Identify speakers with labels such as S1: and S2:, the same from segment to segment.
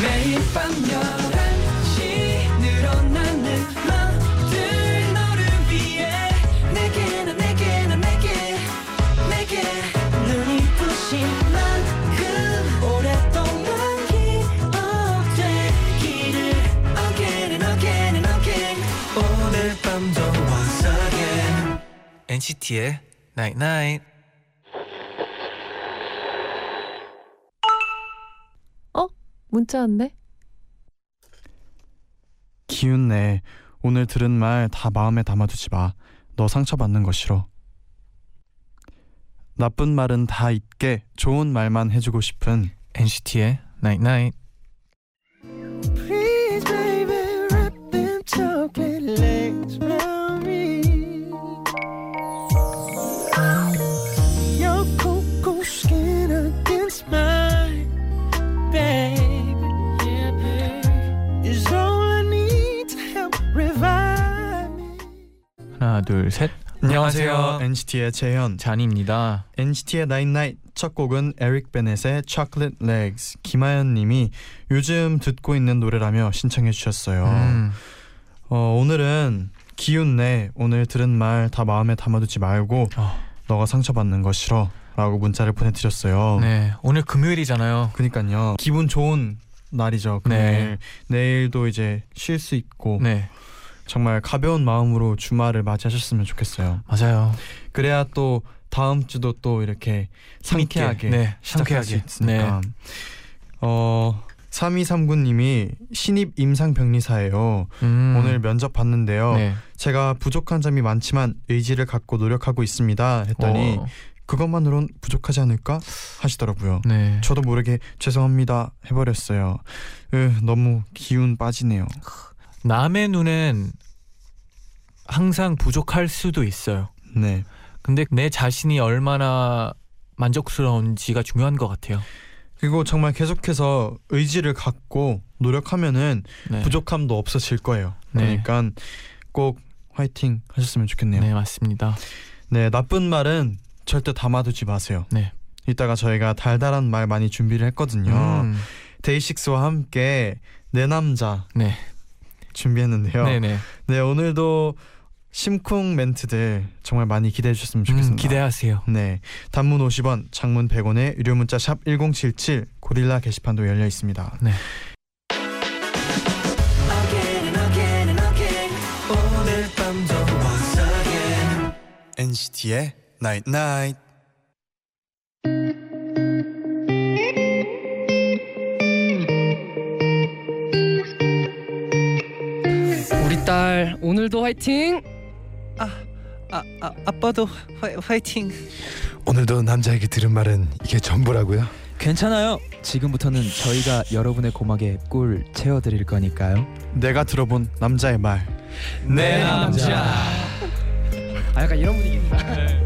S1: 매일 밤 11시 늘어나는 맘들 너를 위해 내게 난 내게 난 내게 내게 눈이 부신 만큼 오랫동안 기억되기를 Again and again and again 오늘 밤도 once again
S2: NCT의 Night Night.
S3: 문자 왔네.
S4: 기운내 오늘 들은 말 다 마음에 담아두지 마 너 상처받는 거 싫어 나쁜 말은 다 잊게 좋은 말만 해주고 싶은
S2: NCT의 Night Night.
S1: Please, baby, wrap them chocolate legs round me. Your cocoa skin against mine, baby. Yeah, baby. Is all I need to help revive me.
S2: 하나 둘 셋. 안녕하세요.
S4: NCT의 재현
S2: 잔입니다.
S4: NCT의 Night Night 첫 곡은 에릭 베넷의 Chocolate Legs 김하연 님이 요즘 듣고 있는 노래라며 신청해 주셨어요
S2: 음,
S4: 어, 오늘은 기운내 오늘 들은 말 다 마음에 담아두지 말고
S2: 어.
S4: 너가 상처받는 거 싫어 라고 문자를 보내드렸어요
S2: 네 오늘 금요일이잖아요.
S4: 그니까요. 기분 좋은 날이죠.
S2: 네.
S4: 네. 내일도 이제 쉴 수 있고
S2: 네
S4: 정말 가벼운 마음으로 주말을 맞이하셨으면 좋겠어요.
S2: 맞아요.
S4: 그래야 또 다음 주도 또 이렇게 상쾌하게
S2: 네
S4: 시작할
S2: 상쾌하게.
S4: 수
S2: 네.
S4: 있으니까. 어 3239님이 신입 임상병리사예요.
S2: 음,
S4: 오늘 어, 면접 봤는데요.
S2: 네.
S4: 제가 부족한 점이 많지만 의지를 갖고 노력하고 있습니다. 했더니
S2: 어,
S4: 그것만으론 부족하지 않을까 하시더라고요.
S2: 네
S4: 저도 모르게 죄송합니다 해버렸어요. 으, 너무 기운 빠지네요.
S2: 남의 눈엔 항상 부족할 수도 있어요.
S4: 네,
S2: 근데 내 자신이 얼마나 만족스러운지가 중요한 것 같아요.
S4: 그리고 정말 계속해서 의지를 갖고 노력하면은
S2: 네.
S4: 부족함도 없어질 거예요.
S2: 네.
S4: 그러니까 꼭 화이팅 하셨으면 좋겠네요. 네,
S2: 네 맞습니다.
S4: 나쁜 말은 절대 담아두지 마세요.
S2: 네.
S4: 이따가 저희가 달달한 말 많이 준비를 했거든요.
S2: 음,
S4: 데이식스와 함께 내 남자
S2: 네.
S4: 준비했는데요. 네,
S2: 네네. 음,
S4: 오늘도 심쿵 멘트들 정말 많이 기대해 주셨으면
S2: 음,
S4: 좋겠습니다.
S2: 기대하세요.
S4: 네, 단문 50원, 장문 100원에 유료 문자 샵 #1077 고릴라 게시판도 열려 있습니다.
S2: 네.
S1: Again and again and again 오늘 밤도 once again
S4: NCT의 Night Night.
S5: 우리 딸 오늘도 화이팅!
S6: 아, 아 아빠도 화, 화이팅.
S7: 오늘도 남자에게 들은 말은 이게 전부라고요?
S6: 괜찮아요. 지금부터는 저희가 여러분의 고막에 꿀 채워드릴 거니까요.
S4: 내가 들어본 남자의 말.
S2: 내
S5: 남자. 아 약간 이런 분위기입니다.
S4: 네.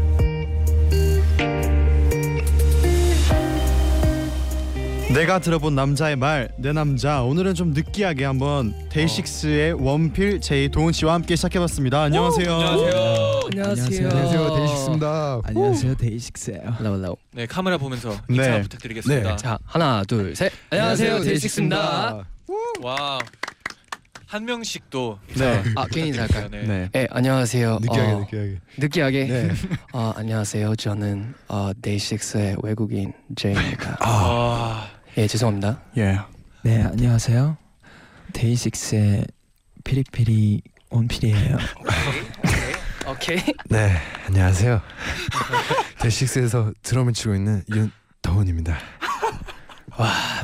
S4: 내가 들어본 남자의 말. 내 남자. 오늘은 좀 느끼하게 한번 데이식스의 원필 제이 도훈 씨와 함께 시작해봤습니다. 어. 안녕하세요.
S5: 안녕하세요.
S7: 안녕하세요 데이식스입니다.
S6: 안녕하세요 데이식스예요.
S5: 올라와, 올라와.
S2: 네 카메라 보면서
S4: 네.
S2: 인사 부탁드리겠습니다.
S7: 네.
S5: 자 하나 둘 셋. 안녕하세요 데이식스입니다.
S2: 와우 한 명씩 또
S4: 네.
S5: 아 개인 인사할까요?
S2: 네.
S4: 네.
S5: 네 안녕하세요.
S7: 느끼하게
S5: 어,
S7: 느끼하게.
S5: 느끼하게.
S7: 네.
S5: 어, 안녕하세요. 저는 어, 데이식스의 외국인 제이입니다.
S2: 아,
S5: 예 죄송합니다.
S4: 예.
S6: 네 안녕하세요. 데이식스의 피리피리 온필이에요.
S5: 오케이.
S7: 네 안녕하세요. 데이식스에서 드럼을 치고 있는 윤더운입니다.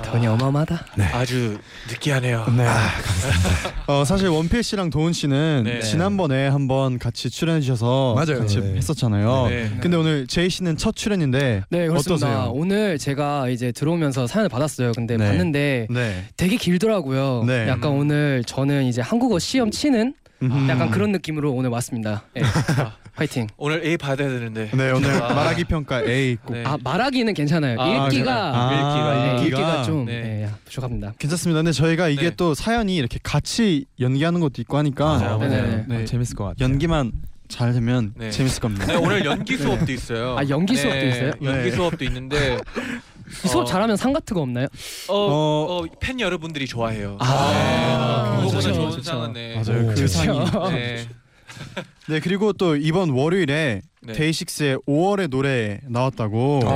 S5: 돈이 어마어마하다.
S2: 아주 느끼하네요.
S4: 네.
S7: 아,
S4: 어 사실 원필 씨랑 도훈 씨는
S2: 네.
S4: 지난번에 한번 같이 출연해 주셔서
S7: 맞아요.
S4: 같이
S7: 네.
S4: 했었잖아요.
S2: 네.
S4: 근데 오늘 제이 씨는 첫 출연인데
S5: 네 그렇습니다.
S4: 어떠세요?
S5: 오늘 제가 이제 들어오면서 사연을 받았어요. 근데
S4: 네.
S5: 봤는데
S4: 네.
S5: 되게 길더라고요.
S4: 네.
S2: 음.
S5: 약간 오늘 저는 이제 한국어 시험 치는
S4: 음.
S5: 약간 그런 느낌으로 오늘 왔습니다. 예.
S2: 아.
S5: 화이팅.
S2: 오늘 A 받아야 되는데.
S4: 네 오늘
S2: 아.
S4: 말하기 평가 A 꼭
S2: 네.
S5: 아 말하기는 괜찮아요.
S2: 아,
S5: 읽기가
S2: 아,
S5: 네,
S2: 읽기가.
S5: 읽기가,
S4: 읽기가
S5: 좀
S2: 네.
S5: 예, 야, 부족합니다.
S4: 괜찮습니다. 근데 저희가 이게
S2: 네.
S4: 또 사연이 이렇게 같이 연기하는 것도 있고 하니까
S2: 맞아요,
S5: 맞아요.
S4: 네.
S6: 재밌을 것 같아요.
S4: 연기만 잘 되면
S2: 네.
S4: 재밌을 겁니다.
S2: 네, 오늘 연기 수업도 있어요.
S5: 아, 연기 수업도 있어요?
S2: 연기
S4: 네.
S2: 수업도 있는데
S5: 이 수업
S2: 어.
S5: 잘하면 상 같은 거 없나요?
S2: 어,
S4: 어.
S2: 어, 팬 여러분들이 좋아해요.
S5: 아,
S2: 네, 그거보다
S5: 그렇죠,
S2: 좋은
S5: 그렇죠.
S2: 상은 네.
S7: 맞아요. 그
S4: 상이.
S2: 네.
S4: 네 그리고 또 이번 월요일에
S2: 네.
S4: 데이식스의 5월의 노래 나왔다고.
S7: 아,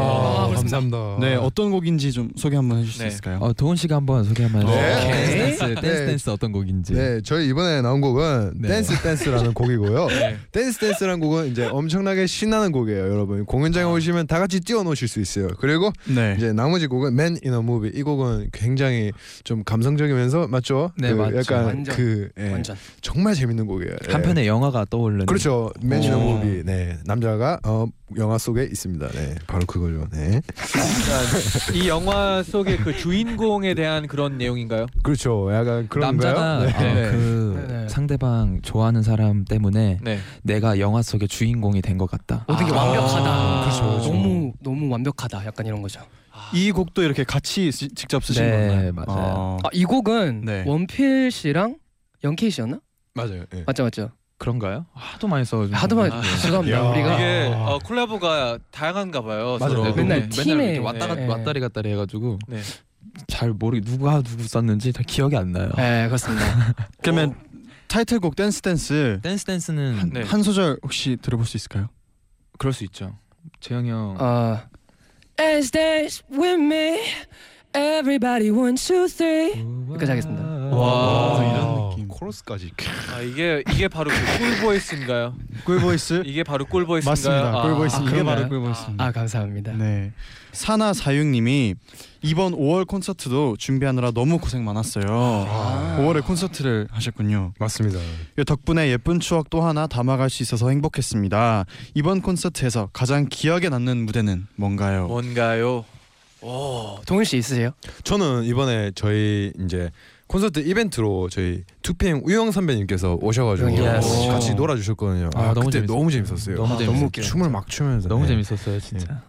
S5: 아, 그렇습니다.
S7: 감사합니다.
S4: 네 어떤 곡인지 좀 소개 한번 해줄 수
S2: 네.
S4: 있을까요?
S8: 어, 도훈 씨가 한번 소개 한번 해주세요.
S7: 네.
S5: 오케이.
S8: 댄스 댄스, 댄스
S7: 네.
S8: 댄스 어떤 곡인지.
S7: 네, 저희 이번에 나온 곡은
S8: 네.
S7: 댄스 댄스라는 곡이고요.
S2: 네.
S7: 댄스 댄스라는 곡은 이제 엄청나게 신나는 곡이에요, 여러분. 공연장에 오시면 다 같이 뛰어노실 수 있어요. 그리고
S4: 네.
S7: 이제 나머지 곡은 Man in a Movie 이 곡은 굉장히 좀 감성적이면서 맞죠?
S8: 네,
S7: 그
S8: 맞죠.
S7: 약간
S5: 완전.
S7: 그
S2: 네.
S7: 예,
S5: 완전.
S7: 정말 재밌는 곡이에요. 예.
S8: 한편의 영화가
S4: 음.
S8: 떠오르는.
S7: 그렇죠. Man in a
S4: 어.
S8: 오.
S7: Movie. 네, 남자가 어, 영화 속에 있습니다. 네, 바로 그거죠. 네,
S2: 그러니까 이 영화 속의 그 주인공에 대한 그런 내용인가요?
S7: 그렇죠. 약간 그런가요?
S8: 남자가
S7: 네.
S8: 어,
S2: 네.
S8: 그
S5: 네, 네.
S8: 상대방 좋아하는 사람 때문에
S2: 네.
S8: 내가 영화 속의 주인공이 된 것 같다.
S5: 어, 되게
S2: 아.
S5: 완벽하다.
S2: 그렇죠, 그렇죠.
S5: 너무 너무 완벽하다. 약간 이런 거죠.
S4: 이 곡도 이렇게 같이 쓰- 직접 쓰신
S8: 네,
S4: 건가요?
S7: 어.
S8: 맞아요.
S5: 아, 이 곡은
S4: 네.
S5: 원필 씨랑 영케이 씨였나?
S7: 맞아요. 예.
S5: 맞죠, 맞죠.
S8: 그런가요? 하도 많이 아, 써.
S4: 음.
S5: 하도 많이 죄송합니다.
S7: 야.
S5: 우리가
S2: 아. 이게 어, 콜라보가 다양한가 봐요.
S7: 맞아요.
S2: 서로.
S7: 네, 맨날
S2: 네.
S5: 팀에-
S8: 이렇게 왔다 갔
S5: 네.
S8: 왔다리 갔다리 해가지고
S2: 네.
S8: 잘 모르 누가 누구 썼는지 다 기억이 안 나요.
S5: 네, 그렇습니다.
S4: 그러면
S7: 어.
S4: 타이틀곡 댄스 댄스
S8: 댄스 댄스는
S2: 네.
S4: 한 소절 혹시 들어볼 수 있을까요?
S8: 그럴 수 있죠. 재영이 형.
S5: 아. As days with me everybody one two three 여기까지 하겠습니다.
S2: 와.
S4: 아,
S7: 어.
S4: 이런 느낌.
S7: 아, 코러스까지.
S2: 아, 이게 이게 바로 그 꿀보이스인가요?
S4: 꿀보이스
S2: 이게 바로 꿀보이스인가요?
S4: 맞습니다.
S2: 아,
S4: 꿀보이스
S5: 아,
S4: 이게
S5: 그런가요?
S4: 바로 꿀보이스입니다.
S5: 아, 감사합니다.
S4: 네. 사나 사육님이 이번 5월 콘서트도 준비하느라 너무 고생 많았어요.
S7: 아.
S4: 5월에 콘서트를 하셨군요.
S7: 맞습니다.
S4: 이 덕분에 예쁜 추억 또 하나 담아갈 수 있어서 행복했습니다. 이번 콘서트에서 가장 기억에 남는 무대는 뭔가요?
S2: 뭔가요?
S5: 동훈 씨 있으세요?
S7: 저는 이번에 저희 이제 콘서트 이벤트로 저희 2PM 우영 선배님께서 오셔가지고
S5: Yes.
S7: 같이 놀아주셨거든요.
S8: 아,
S7: 아,
S8: 너무
S7: 그때
S8: 재밌었어요.
S7: 너무 재밌었어요.
S8: 너무
S5: 아,
S8: 재밌었어요.
S5: 너무 웃겨.
S7: 춤을 막 추면서
S8: 너무
S7: 네.
S8: 재밌었어요, 진짜.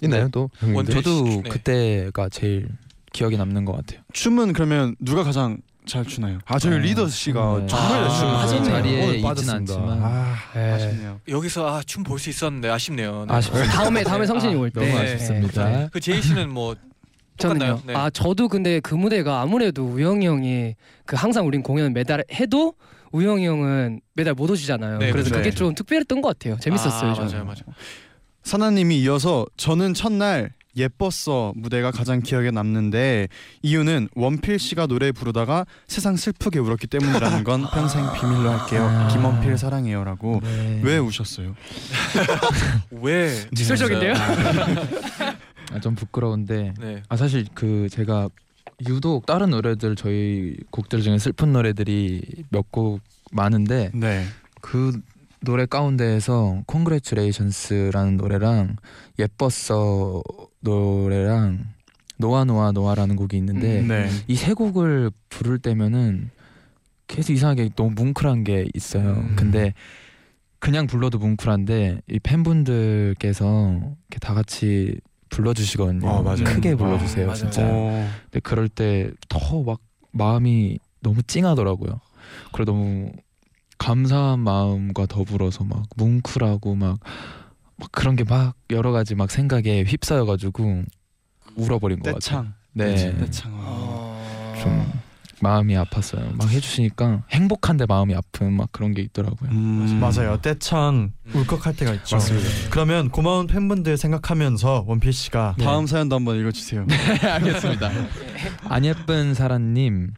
S7: 있나요
S8: 네.
S7: 또?
S2: 원투.
S7: 형님들?
S8: 저도
S2: 네.
S8: 그때가 제일 기억에 남는 것 같아요.
S4: 춤은 그러면 누가 가장 잘 추나요?
S7: 아 저희
S8: 아,
S7: 리더 씨가
S8: 네.
S7: 정말
S2: 아,
S7: 열심히
S5: 빠진
S7: 했어요.
S5: 자리에
S7: 오늘
S8: 있진
S7: 빠졌습니다.
S8: 않지만.
S7: 아,
S5: 네.
S4: 아쉽네요.
S2: 여기서 아, 춤 볼 수 있었는데 아쉽네요. 네.
S8: 아쉽습니다.
S5: 다음에 다음에 성진이 올 때.
S8: 너무
S2: 네.
S8: 아쉽습니다.
S5: 네.
S2: 그 제이 씨는 뭐 똑같나요?
S5: 저는요.
S2: 네.
S5: 아 저도 근데 그 무대가 아무래도 우영이 형이 그 항상 우린 공연 매달 해도 우영이 형은 매달 못 오시잖아요.
S2: 네,
S5: 그래서
S4: 그렇죠.
S5: 그게 좀 특별했던 것 같아요. 재밌었어요.
S2: 아,
S5: 저는.
S2: 맞아요, 맞아요.
S4: 사나님이 이어서 저는 첫날 예뻤어 무대가 가장 기억에 남는데 이유는 원필 씨가 노래 부르다가 세상 슬프게 울었기 때문이라는 건 평생 비밀로 할게요.
S8: 아.
S4: 김원필 사랑해요라고
S8: 네.
S4: 왜 우셨어요?
S2: 왜?
S5: 직설적인데요?
S8: 아, 좀 부끄러운데.
S2: 네.
S8: 아 사실 그 제가 유독 다른 노래들 저희 곡들 중에 슬픈 노래들이 몇 곡 많은데
S4: 네.
S8: 그 노래 가운데에서 Congratulations라는 노래랑 예뻤어 노래랑 노아 노아 노아라는 곡이 있는데
S5: 음.
S4: 네.
S8: 이 세 곡을 부를 때면은 계속 이상하게 너무 뭉클한 게 있어요.
S2: 음.
S8: 근데 그냥 불러도 뭉클한데 이 팬분들께서 이렇게 다 같이 불러주시거든요.
S7: 아, 맞아요.
S8: 크게
S4: 음.
S8: 불러주세요,
S5: 아, 맞아요.
S8: 진짜.
S4: 어.
S8: 근데 그럴 때 더 막 마음이 너무 찡하더라고요. 그래 너무 감사한 마음과 더불어서 막 뭉클하고 막, 막 그런 게 막 여러 가지 막 생각에 휩싸여가지고 울어버린 것 같아요.
S4: 떼창.
S8: 네,
S4: 떼창. 어.
S5: 어...
S8: 좀 마음이 아팠어요. 막 해주시니까 행복한데 마음이 아픈 막 그런 게 있더라고요.
S4: 음.
S9: 맞아요. 때창
S2: 음.
S9: 울컥할 때가 있죠.
S7: 맞습니다.
S8: 네.
S9: 그러면 고마운 팬분들 생각하면서 원필 씨가
S7: 네.
S1: 예.
S4: 다음 사연도 한번 읽어주세요.
S8: 알겠습니다. 안 예쁜 사라님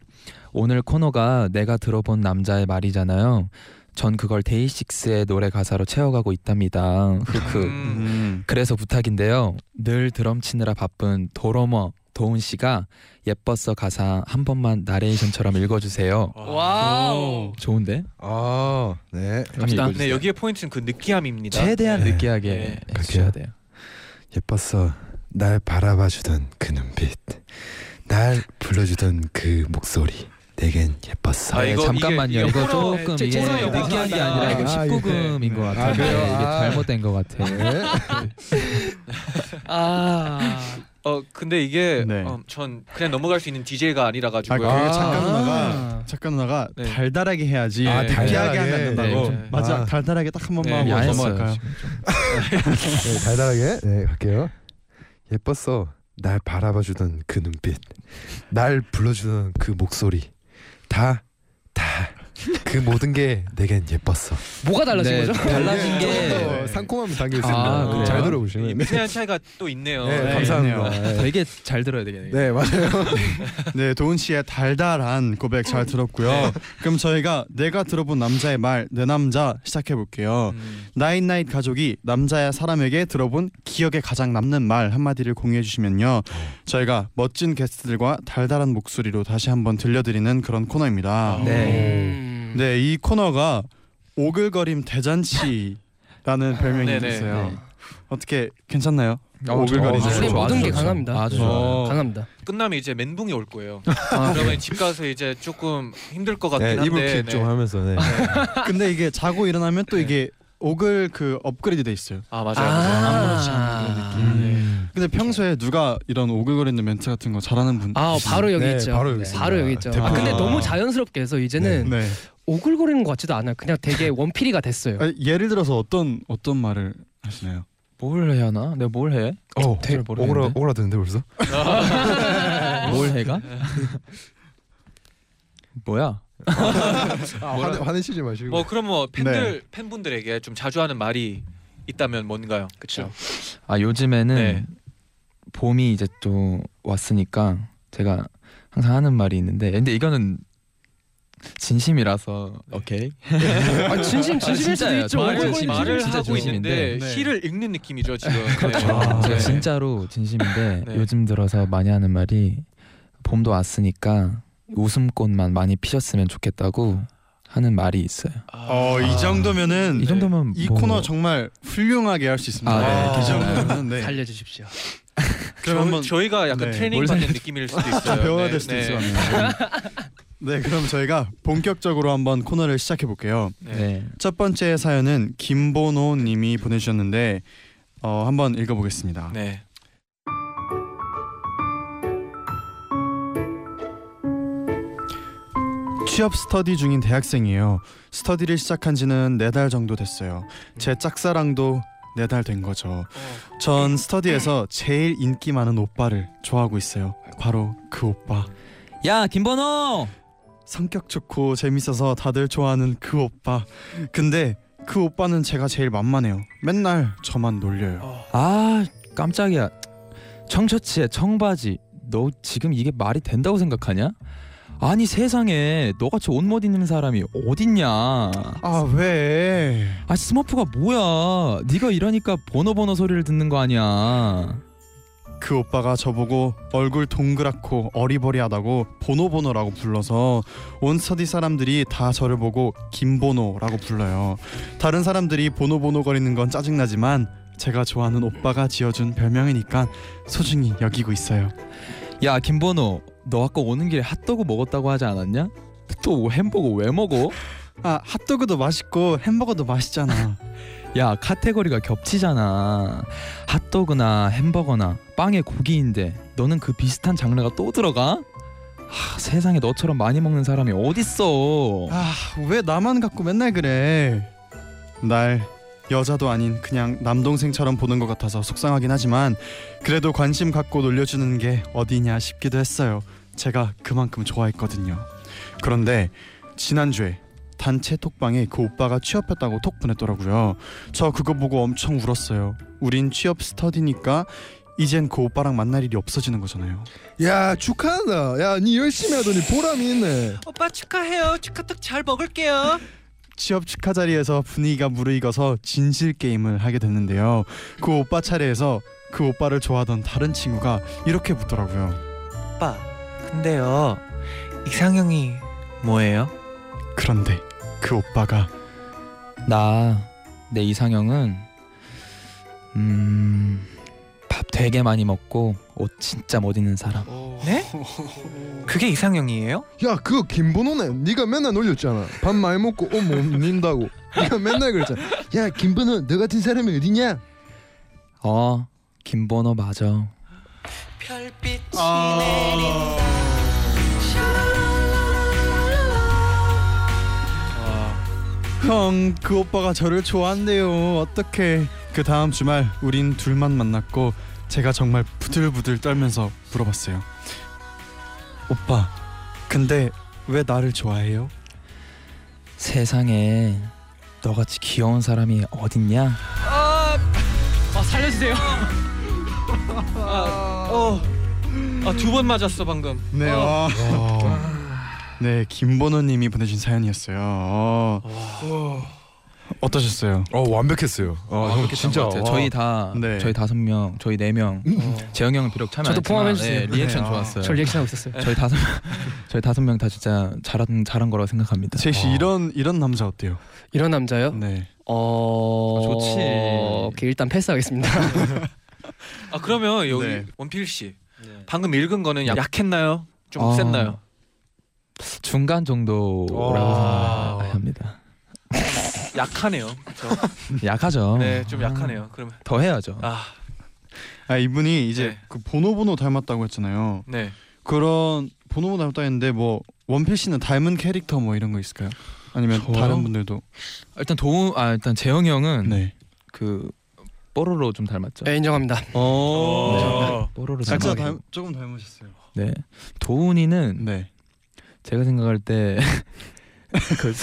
S8: 오늘 코너가 내가 들어본 남자의 말이잖아요. 전 그걸 데이식스의 노래 가사로 채워가고 있답니다. 흑흑.
S2: 음.
S4: 음.
S8: 그래서 부탁인데요. 늘 드럼 치느라 바쁜 도러머 도훈 씨가 예뻤어 가사 한 번만 나레이션처럼 읽어주세요.
S5: 와우.
S8: 좋은데?
S7: 아, 네.
S5: 갑시다.
S8: 형이 읽어주세요.
S2: 네, 여기의 포인트는 그 느끼함입니다.
S8: 최대한
S7: 네.
S8: 느끼하게
S2: 네.
S8: 해주셔야 돼요.
S7: 예뻤어. 날 바라봐주던 그 눈빛, 날 불러주던 그 목소리, 내겐 예뻤어.
S2: 아,
S8: 네,
S2: 이거-
S8: 잠깐만요.
S2: 이게-
S8: 이거
S2: 이게
S8: 조금
S5: 제-
S8: 이게
S5: 죄송해요.
S8: 느끼한 게
S5: 죄송합니다.
S8: 아니라 이거
S7: 아,
S8: 19금인 것
S7: 아,
S8: 같아요.
S7: 그래요?
S8: 이게
S7: 아.
S8: 잘못된 것 같아요.
S7: 네.
S5: 아.
S8: 네,
S2: 어, 근데 이게
S4: 네.
S2: 어, 전 그냥 넘어갈 수 있는 DJ가 아니라 가지고요.
S4: 아,
S7: 아.
S4: 잠깐
S5: 아.
S4: 누나가 잠깐 누나가
S2: 네.
S4: 달달하게 해야지
S2: 아,
S4: 느끼하게
S7: 달달하게.
S4: 하면 안 된다고.
S2: 네.
S4: 맞아.
S7: 아.
S4: 달달하게 딱 한 번만
S2: 네,
S4: 하고
S8: 야했어요.
S4: 넘어갈까요?
S8: 지금 좀.
S7: 네, 달달하게 네, 갈게요. 예뻤어. 날 바라봐주던 그 눈빛, 날 불러주던 그 목소리, 다, 다. 그 모든 게 내겐 예뻤어.
S5: 뭐가 달라진
S8: 네,
S5: 거죠?
S8: 달라진 게
S7: 더 네. 어, 상콤함이 담겨 있습니다.
S8: 아, 그래요?
S7: 잘 들어보시면. 네,
S2: 미세한 차이가 또 있네요.
S7: 네,
S2: 네.
S7: 감사합니다. 네.
S8: 아, 되게 잘 들어야 되겠네요.
S7: 네, 맞아요.
S4: 네, 도훈 씨의 달달한 고백 잘 들었고요. 그럼 저희가 내가 들어본 남자의 말, 내 남자 시작해 볼게요.
S2: 음.
S4: 나인나잇 가족이 남자야 사람에게 들어본 기억에 가장 남는 말 한마디를 공유해 주시면요. 저희가 멋진 게스트들과 달달한 목소리로 다시 한번 들려드리는 그런 코너입니다.
S8: 네.
S5: 음.
S4: 네, 이 코너가 오글거림 대잔치라는 별명이
S2: 네네.
S4: 있어요. 어떻게 괜찮나요? 어,
S8: 어,
S4: 오글거리죠.
S8: 저-
S5: 우리
S8: 저
S5: 모든
S8: 아주
S5: 게
S8: 좋죠.
S5: 강합니다.
S8: 아주 좋아요.
S5: 강합니다.
S2: 끝나면 이제 멘붕이 올 거예요.
S4: 아, 네.
S2: 그러면 집 가서 이제 조금 힘들 것 같긴
S7: 네,
S2: 한데.
S7: 이불킥 좀 하면서. 네.
S4: 근데 이게 자고 일어나면 또
S2: 네.
S4: 이게 오글 그 업그레이드 돼 있어요.
S2: 아 맞아요. 맞아요.
S5: 음.
S7: 음.
S4: 근데 평소에 누가 이런 오글거리는 멘트 같은 거 잘하는
S2: 어.
S4: 분?
S5: 아 바로 여기
S7: 네,
S5: 있죠.
S7: 바로
S5: 바로
S7: 여기
S5: 여기,
S7: 있습니다.
S5: 있죠.
S7: 대표.
S5: 아, 근데
S4: 아.
S5: 너무 자연스럽게 해서 이제는
S4: 네.
S5: 오글거리는 것 같지도 않아요. 그냥 되게 원필이가 됐어요.
S4: 아, 예를 들어서 어떤 어떤 말을 하시나요?
S8: 뭘 해야 하나? 내가 뭘 해?
S7: 어,
S8: 잘 모르겠는데.
S7: 오그라 오그라드는데 벌써?
S8: 뭘 해가? 뭐야?
S7: 아,
S2: 뭐라-
S7: 화내, 화내시지 마시고.
S2: 뭐 그럼 뭐 팬들
S4: 네.
S2: 팬분들에게 좀 자주 하는 말이 있다면 뭔가요? 그렇죠.
S8: 아 요즘에는
S2: 네.
S8: 봄이 이제 또 왔으니까 제가 항상 하는 말이 있는데 근데 이거는 진심이라서 오케이
S5: 아, 진심
S8: 아,
S5: 진심일 수도
S8: 진짜예요.
S5: 있죠.
S8: 말을
S5: 오글거리는
S8: 진심이에요.
S5: 진심일
S2: 말을
S5: 수도
S8: 진짜
S2: 하고 있는데 그렇죠.
S8: 진심인데.
S4: 네.
S2: 시를 읽는 느낌이죠 지금.
S4: 아,
S8: 제가
S4: 네.
S8: 진짜로 진심인데
S2: 네.
S8: 요즘 들어서 많이 하는 말이 봄도 왔으니까 웃음꽃만 많이 피셨으면 좋겠다고 하는 말이 있어요.
S2: 아.
S4: 어, 이 정도면은
S8: 이 정도면
S4: 네. 이
S8: 뭐-
S4: 코너 정말 훌륭하게 할 수 있습니다.
S8: 아,
S2: 네.
S4: 이 정도면은 네.
S5: 살려주십시오.
S4: 그럼 한번
S2: 저, 희가 약간
S4: 네.
S2: 트레이닝
S8: 뭘
S2: 받는 느낌일 수도
S4: 좀
S2: 있어요.
S4: 배워야
S2: 네,
S4: 될 수도
S2: 네.
S4: 있을 것 같네요. 네, 그럼 저희가 본격적으로 한번 코너를 시작해 볼게요.
S2: 네.
S8: 네.
S4: 첫 번째 사연은 김보노 님이 보내주셨는데 어, 한번 읽어보겠습니다.
S2: 네.
S4: 취업 스터디 중인 대학생이에요. 스터디를 시작한 지는 네 달 정도 됐어요. 제 짝사랑도 네 달 된 거죠. 전 스터디에서 제일 인기 많은 오빠를 좋아하고 있어요. 바로 그 오빠.
S8: 야 김번호.
S4: 성격 좋고 재밌어서 다들 좋아하는 그 오빠. 근데 그 오빠는 제가 제일 만만해요. 맨날 저만 놀려요.
S8: 아 깜짝이야. 청셔츠에 청바지. 너 지금 이게 말이 된다고 생각하냐? 아니 세상에 너같이 옷 못 입는 사람이 어딨냐? 아
S4: 아 왜?
S8: 스머프가 뭐야? 네가 이러니까 번호 번호 소리를 듣는 거 아니야?
S4: 그 오빠가 저보고 얼굴 동그랗고 어리버리하다고 보노보노라고 불러서 온 스터디 사람들이 다 저를 보고 김보노라고 불러요. 다른 사람들이 보노보노 거리는 건 짜증나지만 제가 좋아하는 오빠가 지어준 별명이니까 소중히 여기고 있어요.
S8: 야 김번호 너 아까 오는 길에 핫도그 먹었다고 하지 않았냐? 또 햄버거 왜 먹어?
S4: 아 핫도그도 맛있고 햄버거도 맛있잖아.
S8: 야 카테고리가 겹치잖아 핫도그나 햄버거나 빵에 고기인데 너는 그 비슷한 장르가 또 들어가? 하, 세상에 너처럼 많이 먹는 사람이 어딨어
S4: 아 왜 나만 갖고 맨날 그래? 날 여자도 아닌 그냥 남동생처럼 보는 것 같아서 속상하긴 하지만 그래도 관심 갖고 놀려주는 게 어디냐 싶기도 했어요. 제가 그만큼 좋아했거든요. 그런데 지난주에 단체 톡방에 그 오빠가 취업했다고 톡 보냈더라고요. 저 그거 보고 엄청 울었어요. 우린 취업 스터디니까 이젠 그 오빠랑 만날 일이 없어지는 거잖아요.
S7: 야 축하한다. 야니 열심히 하더니 보람이 있네.
S2: 오빠 축하해요. 축하떡 잘 먹을게요.
S4: 취업 축하 자리에서 분위기가 무르익어서 진실 게임을 하게 됐는데요. 그 오빠 차례에서 그 오빠를 좋아하던 다른 친구가 이렇게 묻더라고요.
S2: 오빠. 근데요. 이상형이 뭐예요?
S4: 그런데 그 오빠가
S8: 나 내 이상형은 음밥 되게 많이 먹고 옷 진짜 못 입는 사람
S2: 네? 그게 이상형이에요?
S10: 야 그거 김번호네 네가 맨날 놀렸잖아 밥 많이 먹고 옷못 입는다고 네가 맨날 그랬잖아 야 김번호 너 같은 사람이 어디냐
S8: 어 김번호 맞아
S11: 별빛이
S7: 아.
S11: 내린다 샤랄랄랄랄라.
S4: 형, 그 오빠가 저를 좋아한대요. 어떡해. 그 다음 주말 우린 둘만 만났고 제가 정말 부들부들 떨면서 물어봤어요. 오빠, 근데 왜 나를 좋아해요?
S8: 세상에 너같이 귀여운 사람이 어딨냐?
S5: 아 살려주세요.
S2: 어. 아, 두 번 맞았어 방금.
S4: 네, 어. 네, 김보노님이 보내준 사연이었어요. 어. 어떠셨어요?
S7: 어 완벽했어요. 어, 형 진짜
S8: 같아요.
S7: 와.
S8: 저희 다
S4: 네.
S8: 저희 다섯 명, 저희 네 명, 재영 형은 비록 참여 안
S5: 저도
S8: 했지만,
S5: 포함해주세요.
S8: 예, 리액션
S4: 네, 아.
S8: 좋았어요. 네.
S5: 저 리액션하고 있었어요.
S8: 저희 다섯 저희 다섯 명 다 진짜 잘한 잘한 거라고 생각합니다.
S4: 제시 이런 이런 남자 어때요?
S5: 이런 남자요?
S4: 네.
S5: 어
S8: 아, 좋지.
S5: 오케이 일단 패스하겠습니다.
S2: 아 그러면 여기
S4: 네.
S2: 원필 씨 방금 읽은 거는 약, 약했나요? 좀
S8: 아.
S2: 셌나요?
S8: 중간 정도라고
S2: 와.
S8: 생각합니다.
S2: 약하네요. 그렇죠?
S8: 약하죠.
S2: 네, 좀 약하네요. 그러면
S8: 더 해야죠.
S2: 아,
S4: 아 이분이 이제
S2: 네.
S4: 그 보노보노 닮았다고 했잖아요.
S2: 네.
S4: 그런 보노보노 닮았다 했는데 뭐 원필 씨는 닮은 캐릭터 뭐 이런 거 있을까요? 아니면
S8: 저요?
S4: 다른 분들도?
S8: 일단 도움 아 일단 재영 형은
S4: 네.
S8: 그 뽀로로 좀 닮았죠. 네.
S5: 네, 인정합니다.
S4: 어.
S2: 오.
S8: 뽀로로
S4: 네. 각자
S8: 닮았고.
S4: 닮- 조금 닮으셨어요.
S8: 네. 도훈이는
S4: 네.
S8: 제가 생각할 때그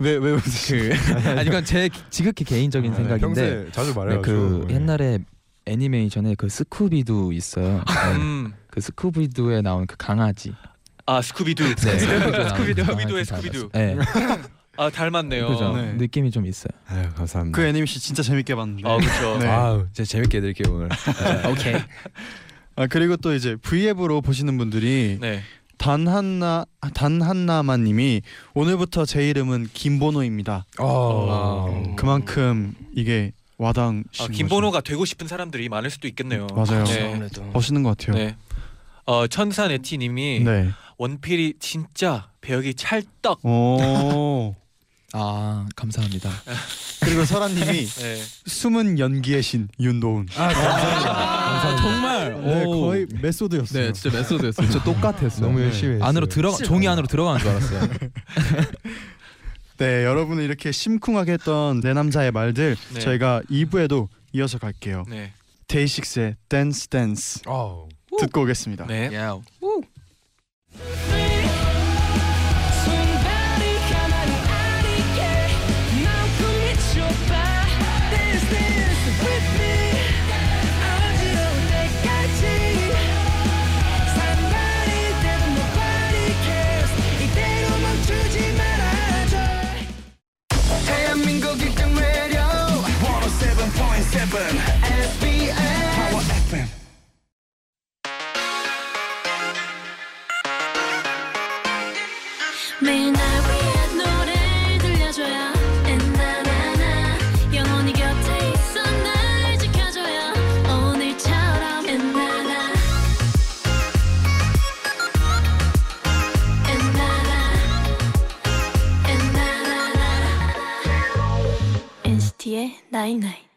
S4: 왜왜 웃으시는?
S8: 아니 이건 제 기- 지극히 개인적인 생각인데
S7: 평소에 자주
S8: 네,
S7: 말해요.
S8: 그
S1: 예.
S8: 옛날에 애니메이션에 그 스쿠비두 있어요. 네,
S2: 음.
S8: 그 스쿠비두에 나온 그 강아지.
S2: 아, 스쿠비두.
S8: 네, 스쿠비두에 나오는 그
S2: 스쿠비두.
S8: 강아지
S2: 스쿠비두의
S8: 닮았어요.
S2: 스쿠비두.
S8: 네,
S2: 아, 닮았네요.
S8: 그죠.
S4: 네.
S8: 느낌이 좀 있어요.
S7: 아유 감사합니다.
S4: 그 애니메이션 진짜 재밌게 봤는데.
S2: 아, 그렇죠.
S4: 네.
S7: 아우 진짜 재밌게 해드릴게요 오늘.
S5: 오케이.
S4: 아 그리고 또 이제 V앱으로 보시는 분들이
S2: 네.
S4: 단 한나 단 한나마님이 오늘부터 제 이름은 김보노입니다.
S5: 음,
S7: 어.
S4: 그만큼 이게 와당.
S2: 음. 아, 김보노가 되고 싶은 사람들이 많을 수도 있겠네요.
S4: 맞아요.
S2: 네.
S5: 아무래도.
S4: 멋있는 것 같아요.
S2: 네. 어, 천사 네티 님이
S4: 네.
S2: 원필이 진짜 배역이 찰떡.
S4: 오.
S8: 아 감사합니다.
S4: 그리고 설아님이
S2: 네.
S4: 숨은 연기의 신 윤도훈.
S7: 아 감사합니다.
S8: 아, 정말.
S4: 네
S8: 오.
S4: 거의 메소드였어요.
S8: 네 진짜 메소드였어요. 저
S10: 네.
S8: 똑같았어요.
S7: 너무 열심히 했어요.
S8: 네. 안으로 들어 종이 안으로 들어가는 줄 알았어요.
S4: 네 여러분은 이렇게 심쿵하게 했던 내 남자의 말들
S2: 네.
S4: 저희가 2부에도 이어서 갈게요.
S2: 네.
S4: 데이식스의 댄스 댄스
S7: 어.
S4: 듣고 오겠습니다.
S2: 네.
S8: 야.
S11: 손발이 가만히 안 있게 난 꿈이 좁아 Dance dance with me 어지러울 때까지 Somebody that nobody cares 이대로 멈추지 말아줘 대한민국 1등 외려 107.7 SBS
S1: 매일 날 위한 노래를 들려줘요 엔나나나 영원히 곁에 있어 날 지켜줘요 오늘처럼 엔나나 엔나나 엔나나나 NCT의 나잇나잇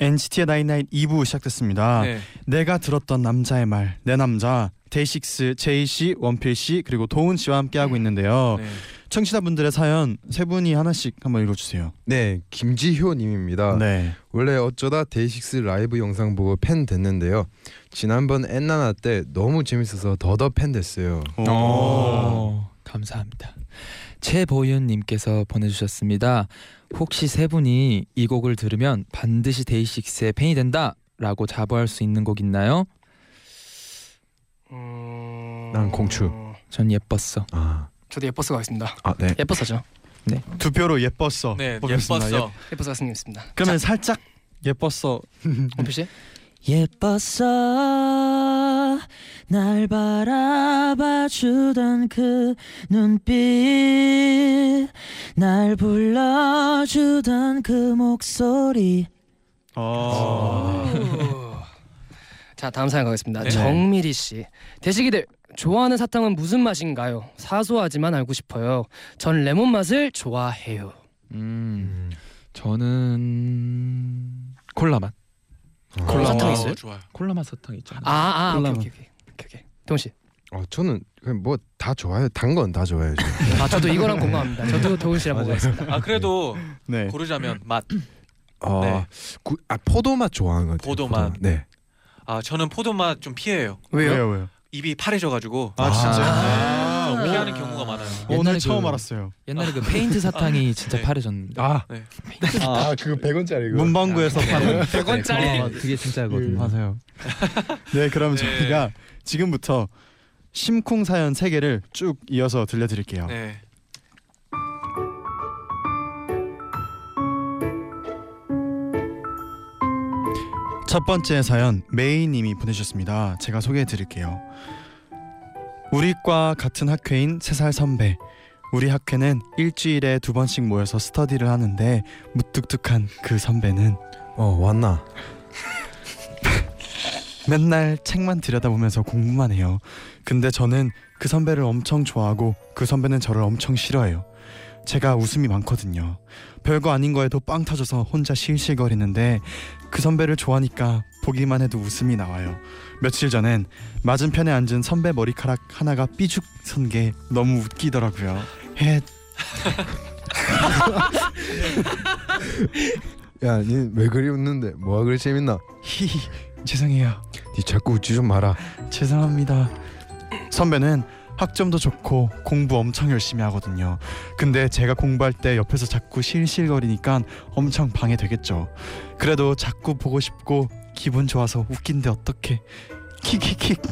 S4: NCT의 나인나인 2부 시작됐습니다.
S2: 네.
S4: 내가 들었던 남자의 말, 내 남자. 데이식스, 제이 씨, 원필 씨, 그리고 도훈 씨와 함께 하고 있는데요.
S2: 네.
S4: 청취자분들의 사연 세 분이 하나씩 한번 읽어주세요.
S7: 네 김지효님입니다.
S4: 네.
S7: 원래 어쩌다 데이식스 라이브 영상 보고 팬 됐는데요. 지난번 엔나나 때 너무 재밌어서 더더 팬 됐어요.
S8: 오, 감사합니다. 최보윤님께서 보내주셨습니다. 혹시 세 분이 이 곡을 들으면 반드시 데이식스의 팬이 된다라고 자부할 수 있는 곡 있나요?
S7: 난 공추.
S8: 전 예뻤어.
S7: 아,
S5: 음, 저도 예뻐서 가겠습니다.
S7: 아 네.
S5: 예뻐서죠.
S4: 두 표로 예뻤어.
S2: 네.
S4: 뽑혔습니다.
S2: 예뻤어.
S5: 예뻐서 갔습니다.
S4: 그러면 살짝 예뻤어.
S5: 원필 씨.
S8: 예뻤어 날 바라봐 주던 그 눈빛 날 불러주던 그 목소리
S5: 아. 자 다음 사연 가겠습니다.
S2: 네.
S5: 정미리 씨. 대식이들 좋아하는 사탕은 무슨 맛인가요? 사소하지만 알고 싶어요. 전 레몬 맛을 좋아해요.
S8: 음 저는 콜라 맛 아.
S5: 콜라 사탕
S2: 어,
S5: 있어요?
S2: 좋아요.
S8: 콜라 맛 사탕 있잖아요
S5: 아아
S8: 콜라
S5: 오케이
S8: 맛.
S5: 오케이 오케이 오케이, 오케이. 동훈 씨.
S7: 어, 저는 그냥 뭐 다 좋아해요. 단 건 다 좋아해요. 저는.
S5: 아 저도 이거랑 공감합니다. 저도 동훈 씨랑 공감했습니다.
S2: 아, 그래도
S4: 네.
S2: 고르자면 맛.
S7: 어,
S2: 네.
S7: 구, 아 포도맛 좋아하는 거지.
S2: 포도맛.
S7: 네.
S2: 아 저는 포도맛 좀 피해요.
S5: 왜요?
S4: 왜요?
S2: 입이 파래져가지고
S4: 아 진짜.
S2: 아,
S4: 요
S2: 피하는 경우가 많아요.
S4: 오늘
S8: 옛날에
S4: 처음
S8: 그-
S4: 알았어요.
S8: 옛날에 그 페인트 사탕이 진짜
S2: 네.
S8: 파래졌는데
S2: 아,
S7: 아, 그거 아. 100원짜리
S4: 문방구에서 파는
S8: 어, 그게
S4: 음.
S8: 진짜거든요.
S4: 하세요. 네, 그럼
S2: 네.
S4: 저희가 지금부터 심쿵 사연 세 개를 쭉 이어서 들려드릴게요.
S2: 네.
S4: 첫 번째 사연 메이님이 보내주셨습니다. 제가 소개해드릴게요. 우리과 같은 학회인 세 살 선배. 우리 학회는 일주일에 두 번씩 모여서 스터디를 하는데 무뚝뚝한 그 선배는
S7: 어 왔나?
S4: 맨날 책만 들여다보면서 공부만 해요. 근데 저는 그 선배를 엄청 좋아하고 그 선배는 저를 엄청 싫어해요. 제가 웃음이 많거든요. 별거 아닌 거에도 빵 터져서 혼자 실실거리는데 그 선배를 좋아하니까 보기만 해도 웃음이 나와요. 며칠 전엔 맞은편에 앉은 선배 머리카락 하나가 삐죽 선 게 너무 웃기더라고요. 헷
S7: 야니왜 그리 웃는데 뭐가 그리 재밌나?
S4: 히히 죄송해요.
S7: 니 자꾸 웃지 좀 마라.
S4: 죄송합니다. 선배는 학점도 좋고 공부 엄청 열심히 하거든요. 근데 제가 공부할 때 옆에서 자꾸 실실거리니까 엄청 방해되겠죠. 그래도 자꾸 보고 싶고 기분 좋아서 웃긴데 어떡해. 킥킥킥.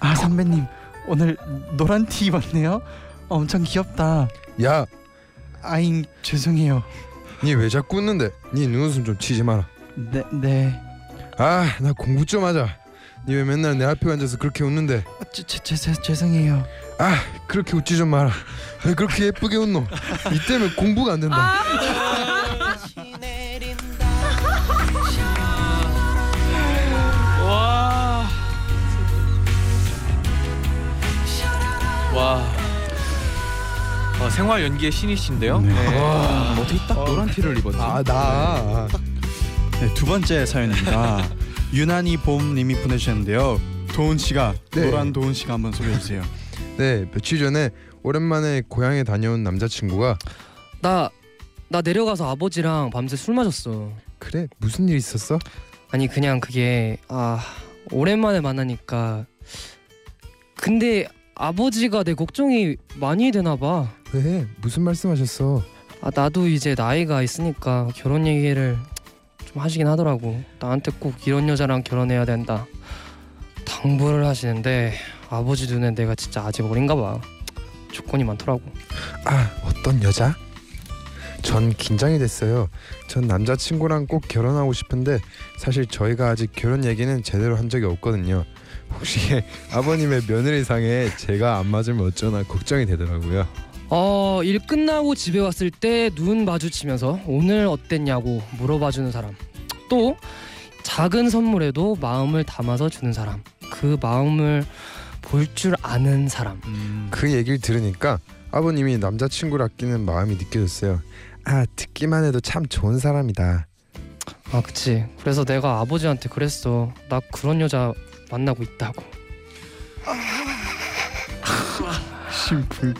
S4: 아 선배님 오늘 노란 티 입었네요. 엄청 귀엽다.
S7: 야,
S4: 아잉 죄송해요.
S7: 니 왜 자꾸 웃는데? 니 눈웃음 좀 치지 마라.
S4: 네 네.
S7: 아, 나 공부 좀 하자. 니 왜 맨날 내 앞에 앉아서 그렇게 웃는데?
S4: 아, 죄, 죄, 죄, 죄송해요.
S7: 그렇게 웃지 좀 마라. 왜 그렇게 예쁘게 웃노? 이 때문에 공부가 안 된다.
S2: 와. 와. 와, 생활 연기의 신이신데요.
S4: 네.
S2: 와.
S8: 어떻게 딱 노란 티를 입었지?
S7: 아, 나.
S4: 네, 두 번째 사연입니다. 유난히 봄님이 보내주셨는데요. 도훈 씨가
S7: 네.
S4: 노란 도훈 씨가 한번 소개해 주세요.
S7: 네, 며칠 전에 오랜만에 고향에 다녀온 남자친구가
S5: 나, 나 내려가서 아버지랑 밤새 술 마셨어.
S7: 그래 무슨 일 있었어?
S5: 아니 그냥 그게 아 오랜만에 만나니까 근데 아버지가 내 걱정이 많이 되나 봐.
S7: 왜 무슨 말씀하셨어?
S5: 아 나도 이제 나이가 있으니까 결혼 얘기를 좀 하시긴 하더라고. 나한테 꼭 이런 여자랑 결혼해야 된다. 당부를 하시는데 아버지 눈엔 내가 진짜 아직 어린가 봐. 조건이 많더라고.
S7: 아 어떤 여자? 전 긴장이 됐어요. 전 남자친구랑 꼭 결혼하고 싶은데 사실 저희가 아직 결혼 얘기는 제대로 한 적이 없거든요. 혹시 아버님의 며느리상에 제가 안 맞으면 어쩌나 걱정이 되더라고요.
S5: 어, 일 끝나고 집에 왔을 때 눈 마주치면서 오늘 어땠냐고 물어봐 주는 사람. 또 작은 선물에도 마음을 담아서 주는 사람. 그 마음을 볼 줄 아는 사람.
S4: 음.
S7: 그 얘기를 들으니까 아버님이 남자친구를 아끼는 마음이 느껴졌어요. 아 듣기만 해도 참 좋은 사람이다.
S5: 아, 그치. 그래서 내가 아버지한테 그랬어. 나 그런 여자 만나고 있다고.
S4: 심플.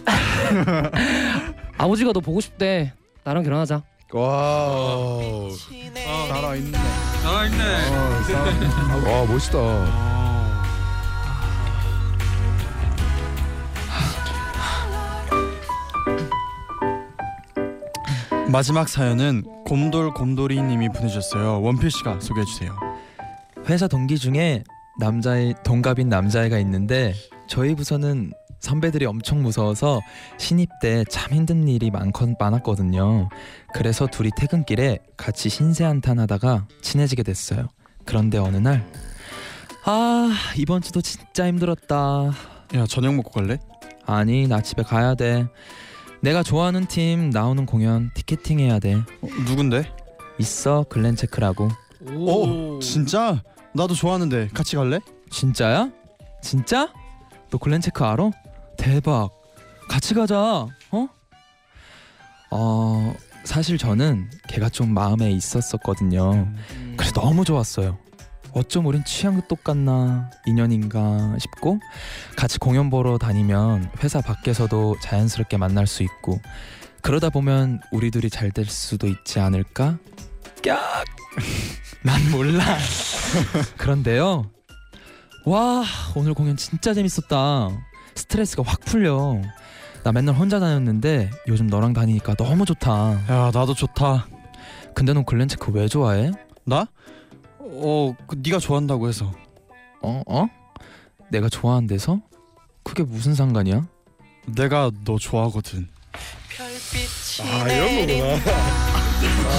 S5: 아버지가 너 보고 싶대. 나랑 결혼하자.
S7: 와,
S4: 살아 있네.
S2: 아, 있네.
S7: 와 어, 멋있다.
S4: 마지막 사연은 곰돌 곰돌이님이 보내주셨어요. 원필 씨가 소개해 주세요.
S8: 회사 동기 중에 남자애 동갑인 남자애가 있는데 저희 부서는 선배들이 엄청 무서워서 신입 때 참 힘든 일이 많건 많았거든요. 그래서 둘이 퇴근길에 같이 신세한탄하다가 친해지게 됐어요. 그런데 어느 날 아, 이번 주도 진짜 힘들었다.
S4: 야 저녁 먹고 갈래?
S8: 아니, 나 집에 가야 돼. 내가 좋아하는 팀 나오는 공연 티켓팅 해야 돼.
S4: 어, 누군데?
S8: 있어 글렌 체크라고.
S4: 오, 진짜? 나도 좋아하는데 같이 갈래?
S8: 진짜야? 진짜? 너 글렌체크 알아? 대박. 같이 가자. 어? 어, 사실 저는 걔가 좀 마음에 있었었거든요.
S4: 어.
S8: 그래서 너무 좋았어요. 어쩜 우린 취향도 똑같나 인연인가 싶고 같이 공연 보러 다니면 회사 밖에서도 자연스럽게 만날 수 있고 그러다 보면 우리 둘이 잘 될 수도 있지 않을까 합격. 난 몰라. 그런데요. 와 오늘 공연 진짜 재밌었다. 스트레스가 확 풀려. 나 맨날 혼자 다녔는데 요즘 너랑 다니니까 너무 좋다.
S4: 야 나도 좋다.
S8: 근데 넌 글렌체크 왜 좋아해?
S4: 나? 어, 그 네가 좋아한다고 해서.
S8: 어? 어? 내가 좋아하는 데서? 그게 무슨 상관이야?
S4: 내가 너 좋아하거든.
S11: 별빛이
S10: 아 이런
S11: 내린
S10: 거구나.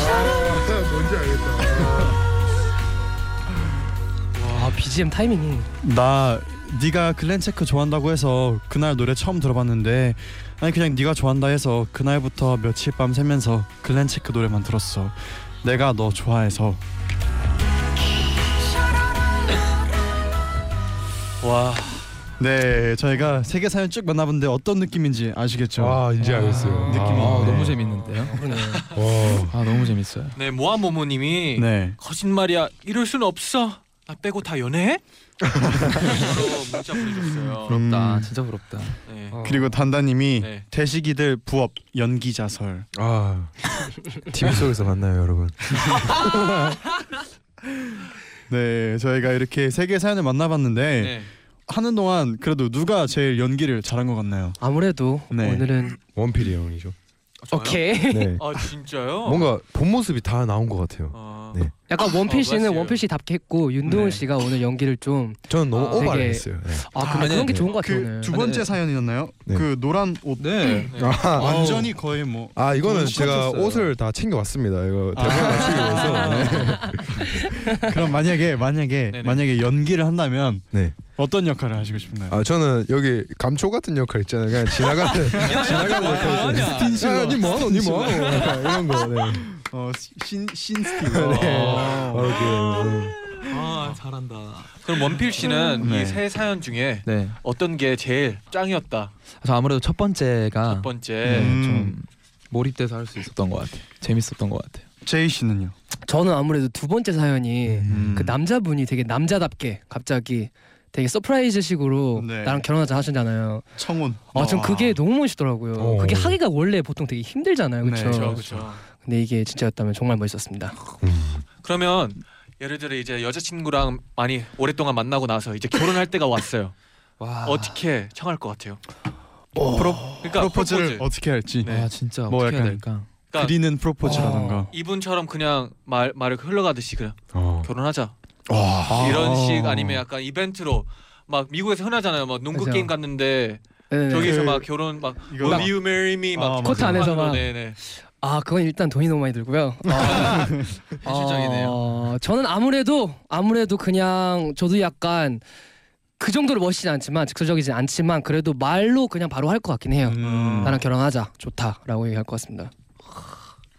S10: 아 뭔지 알겠다.
S5: 와 BGM 타이밍이
S4: 나 네가 글렌체크 좋아한다고 해서 그날 노래 처음 들어봤는데 아니 그냥 네가 좋아한다 해서 그날부터 며칠 밤 새면서 글렌체크 노래만 들었어. 내가 너 좋아해서. 와. 네, 저희가 세계 사연 쭉 만나봤는데 어떤 느낌인지 아시겠죠?
S7: 아 이제 알겠어요.
S4: 느낌이.
S7: 아,
S8: 아,
S4: 네.
S8: 너무 재밌는데요?
S7: 와.
S8: 아 너무 재밌어요.
S2: 네 모아모모님이
S4: 네.
S2: 거짓말이야 이럴 순 없어 나 빼고 다 연애해? 이거 문자 보내줬어요.
S8: 부럽다.
S4: 음.
S8: 진짜 부럽다.
S2: 네.
S5: 어.
S4: 그리고 단단님이
S2: 네.
S4: 대식이들 부업 연기자설.
S7: 아. TV 속에서 만나요 여러분.
S4: 네, 저희가 이렇게 세계 사연을 만나봤는데
S2: 네.
S4: 하는 동안 그래도 누가 제일 연기를 잘한 것 같나요?
S5: 아무래도
S4: 네.
S5: 오늘은
S7: 원필이 형이죠.
S2: 저요?
S5: 오케이
S7: 네.
S2: 아 진짜요?
S7: 뭔가 본 모습이 다 나온 것 같아요.
S2: 아,
S7: 네.
S5: 약간
S2: 아,
S5: 원필 씨는
S2: 맞아요.
S5: 원필 씨 답게 했고 윤동훈
S4: 네.
S5: 씨가 오늘 연기를 좀아
S7: 저는 너무
S2: 아,
S7: 오버를
S5: 되게-
S7: 했어요. 네.
S5: 근데 그런 게
S8: 네.
S5: 좋은 것 같아요
S4: 그
S5: 오늘
S4: 두 번째 사연이었나요?
S7: 네.
S4: 그 노란 옷 어.
S8: 네.
S2: 네.
S7: 아,
S4: 완전히 거의 뭐
S7: 아 이거는
S4: 너무
S7: 제가
S4: 깜쳤어요.
S7: 옷을 다 챙겨 왔습니다. 이거 대본
S4: 아.
S7: 맞추기 위해서. 네.
S4: 그럼 만약에 만약에
S2: 네네.
S4: 만약에 연기를 한다면
S7: 네.
S4: 어떤 역할을 하시고 싶나요?
S7: 아 저는 여기 감초 같은 역할 있잖아요. 그냥 지나가는 지나가는 역할 있잖아요.
S4: 스틴실러.
S7: 야니 뭐하노 니 뭐하노 약간 이런 거. 네.
S4: 어, 신 신스티.
S5: 네.
S4: 어.
S7: 아, 오케이. 네.
S2: 아 잘한다. 그럼 원필 씨는
S4: 네.
S2: 이 세 사연 중에
S8: 네.
S2: 어떤 게 제일 짱이었다?
S8: 그래서 아무래도 첫 번째가
S2: 첫
S8: 네,
S2: 번째.
S4: 음.
S8: 좀 몰입돼서 할 수 있었던 것 같아요. 재밌었던 것 같아요.
S4: 제이 씨는요?
S5: 저는 아무래도 두 번째 사연이
S4: 음.
S5: 그 남자분이 되게 남자답게 갑자기 되게 서프라이즈식으로
S4: 네.
S5: 나랑 결혼하자 하시잖아요.
S4: 청혼.
S5: 아, 전 그게 너무 멋있더라고요.
S7: 어.
S5: 그게 하기가 원래 보통 되게
S7: 음.
S5: 힘들잖아요,
S4: 네,
S5: 그렇죠?
S2: 그렇죠, 그렇죠.
S5: 근데 이게 진짜였다면 정말 멋있었습니다.
S2: 그러면 예를 들어 이제 여자친구랑 많이 오랫동안 만나고 나서 이제 결혼할 때가 왔어요.
S8: 와.
S2: 어떻게 청할 것 같아요?
S4: 어. 프로,
S2: 그러니까
S4: 프로포즈를
S2: 프로포즈.
S4: 어떻게 할지
S2: 네.
S8: 아 진짜
S4: 뭐
S8: 어떻게 해야
S4: 약간
S8: 될까?
S2: 그러니까
S4: 그리는 프로포즈라던가.
S2: 이분처럼 그냥 말 말을 흘러가듯이 그냥
S7: 어.
S2: 결혼하자.
S5: 아.
S2: 이런 식 아니면 약간 이벤트로 막 미국에서 흔하잖아요. 막 농구
S5: 그죠.
S2: 게임 갔는데
S5: 네네네.
S2: 저기서
S4: 그-
S2: 막 결혼 막
S4: 이거
S2: Will you marry me 막
S4: 아,
S5: 코트
S2: 그런
S5: 안에서
S2: 걸로,
S5: 막.
S2: 네네
S5: 아, 그건 일단 돈이 너무 많이 들고요.
S2: 아. 현실적이네요.
S5: 어, 저는 아무래도 아무래도 그냥 저도 약간 그 정도로 멋있진 않지만 직설적이진 않지만 그래도 말로 그냥 바로 할 것 같긴 해요.
S4: 음.
S5: 나랑 결혼하자 좋다라고 얘기할 것 같습니다.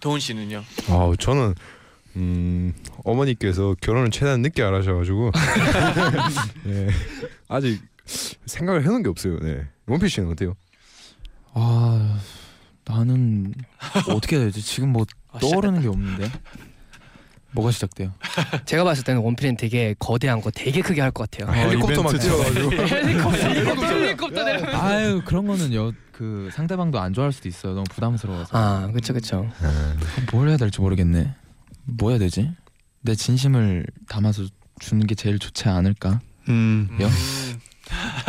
S2: 도훈 씨는요?
S7: 아 저는 음 어머니께서 결혼을 최대한 늦게 안 하셔가지고 네. 아직 생각을 해놓은 게 없어요. 네. 원필 씨는 어때요?
S8: 아 나는 어떻게 해야 되지? 지금 뭐
S2: 아,
S8: 떠오르는 게 없는데. 뭐가 시작돼요?
S5: 제가 봤을 때는 원필은 되게 거대한 거 되게 크게 할 것 같아요.
S7: 헬리콥터 막
S4: 이벤트
S7: 뛰어가지고
S5: 헬리콥터 내려.
S8: 아유 그런 거는 여 그 상대방도 안 좋아할 수도 있어요. 너무 부담스러워서.
S5: 아, 그쵸그쵸
S7: 네.
S8: 뭘 해야 될지 모르겠네. 뭐 해야 되지? 내 진심을 담아서 주는 게 제일 좋지 않을까?
S4: 음.
S2: 음.
S8: 요?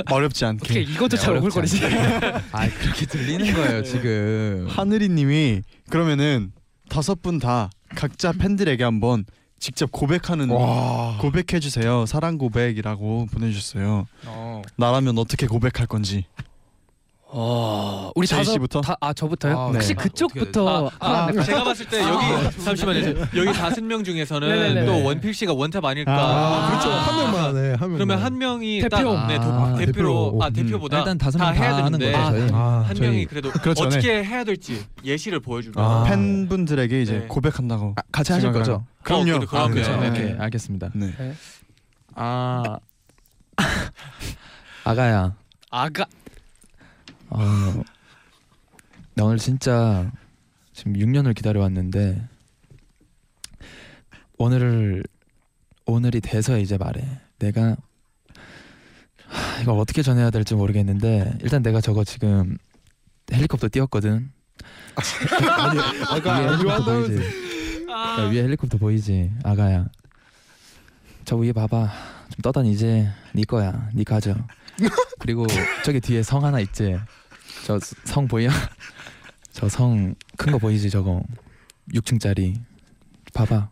S4: 어렵지 않게.
S5: 오케이 이것도
S8: 네,
S5: 잘
S8: 어렵지 네.
S5: 오글거리지.
S8: 아 그렇게 들리는 거예요 지금.
S4: 하늘이님이 그러면은 다섯 분 다 각자
S8: 음.
S4: 팬들에게 한번 직접 고백하는 고백해 주세요. 사랑 고백이라고 보내주셨어요.
S8: 어.
S4: 나라면 어떻게 고백할 건지.
S5: 어, 우리
S4: 제이
S5: 다섯
S4: 씨부터?
S5: 다, 아 저부터요?
S8: 아,
S5: 혹시
S8: 네.
S5: 그쪽부터 네.
S2: 아, 아,
S5: 하나
S2: 제가 봤을 때 여기 잠시만요. 여기 다섯 명 중에서는
S5: 네네네.
S2: 또 원필 씨가 원탑 아닐까?
S7: 아, 그렇죠.
S5: 아.
S7: 한 명만 네, 한 명만.
S2: 그러면 한 명이
S5: 대표.
S2: 딱, 네, 도,
S8: 아,
S2: 대표로
S7: 대표.
S2: 아 대표보다
S8: 일단 다섯
S2: 다
S8: 명다
S2: 해야
S8: 하는
S2: 되는데
S8: 거죠. 저희.
S7: 아,
S2: 한
S7: 저희-
S2: 명이 그래도
S4: 그렇죠, 네.
S2: 어떻게 해야 될지 예시를 보여주면
S7: 아.
S4: 팬분들에게 이제
S2: 네.
S4: 고백한다고.
S8: 아, 같이 하실
S4: 생각을
S8: 거죠?
S4: 그럼요. 아,
S2: 어, 그럼요.
S8: 그렇죠.
S2: 네,
S8: 오케이
S2: 네.
S8: 알겠습니다.
S4: 네.
S8: 아 아가야.
S2: 아가
S8: 아, 나 오늘 진짜 지금 6년을 기다려왔는데 오늘을 오늘이 돼서 이제 말해. 내가 하, 이걸 어떻게 전해야 될지 모르겠는데 일단 내가 저거 지금 헬리콥터 뛰었거든.
S7: 아니, 아까 안 좋아한다면서.
S8: 이게 야, 그러니까 위에 헬리콥터 보이지 아가야 저 위에 봐봐 좀 떠다니지 네 거야 네 가져 그리고 저기 뒤에 성 하나 있지 저 성 보여? 저 성 큰 거 보이지 저거 6층짜리 봐봐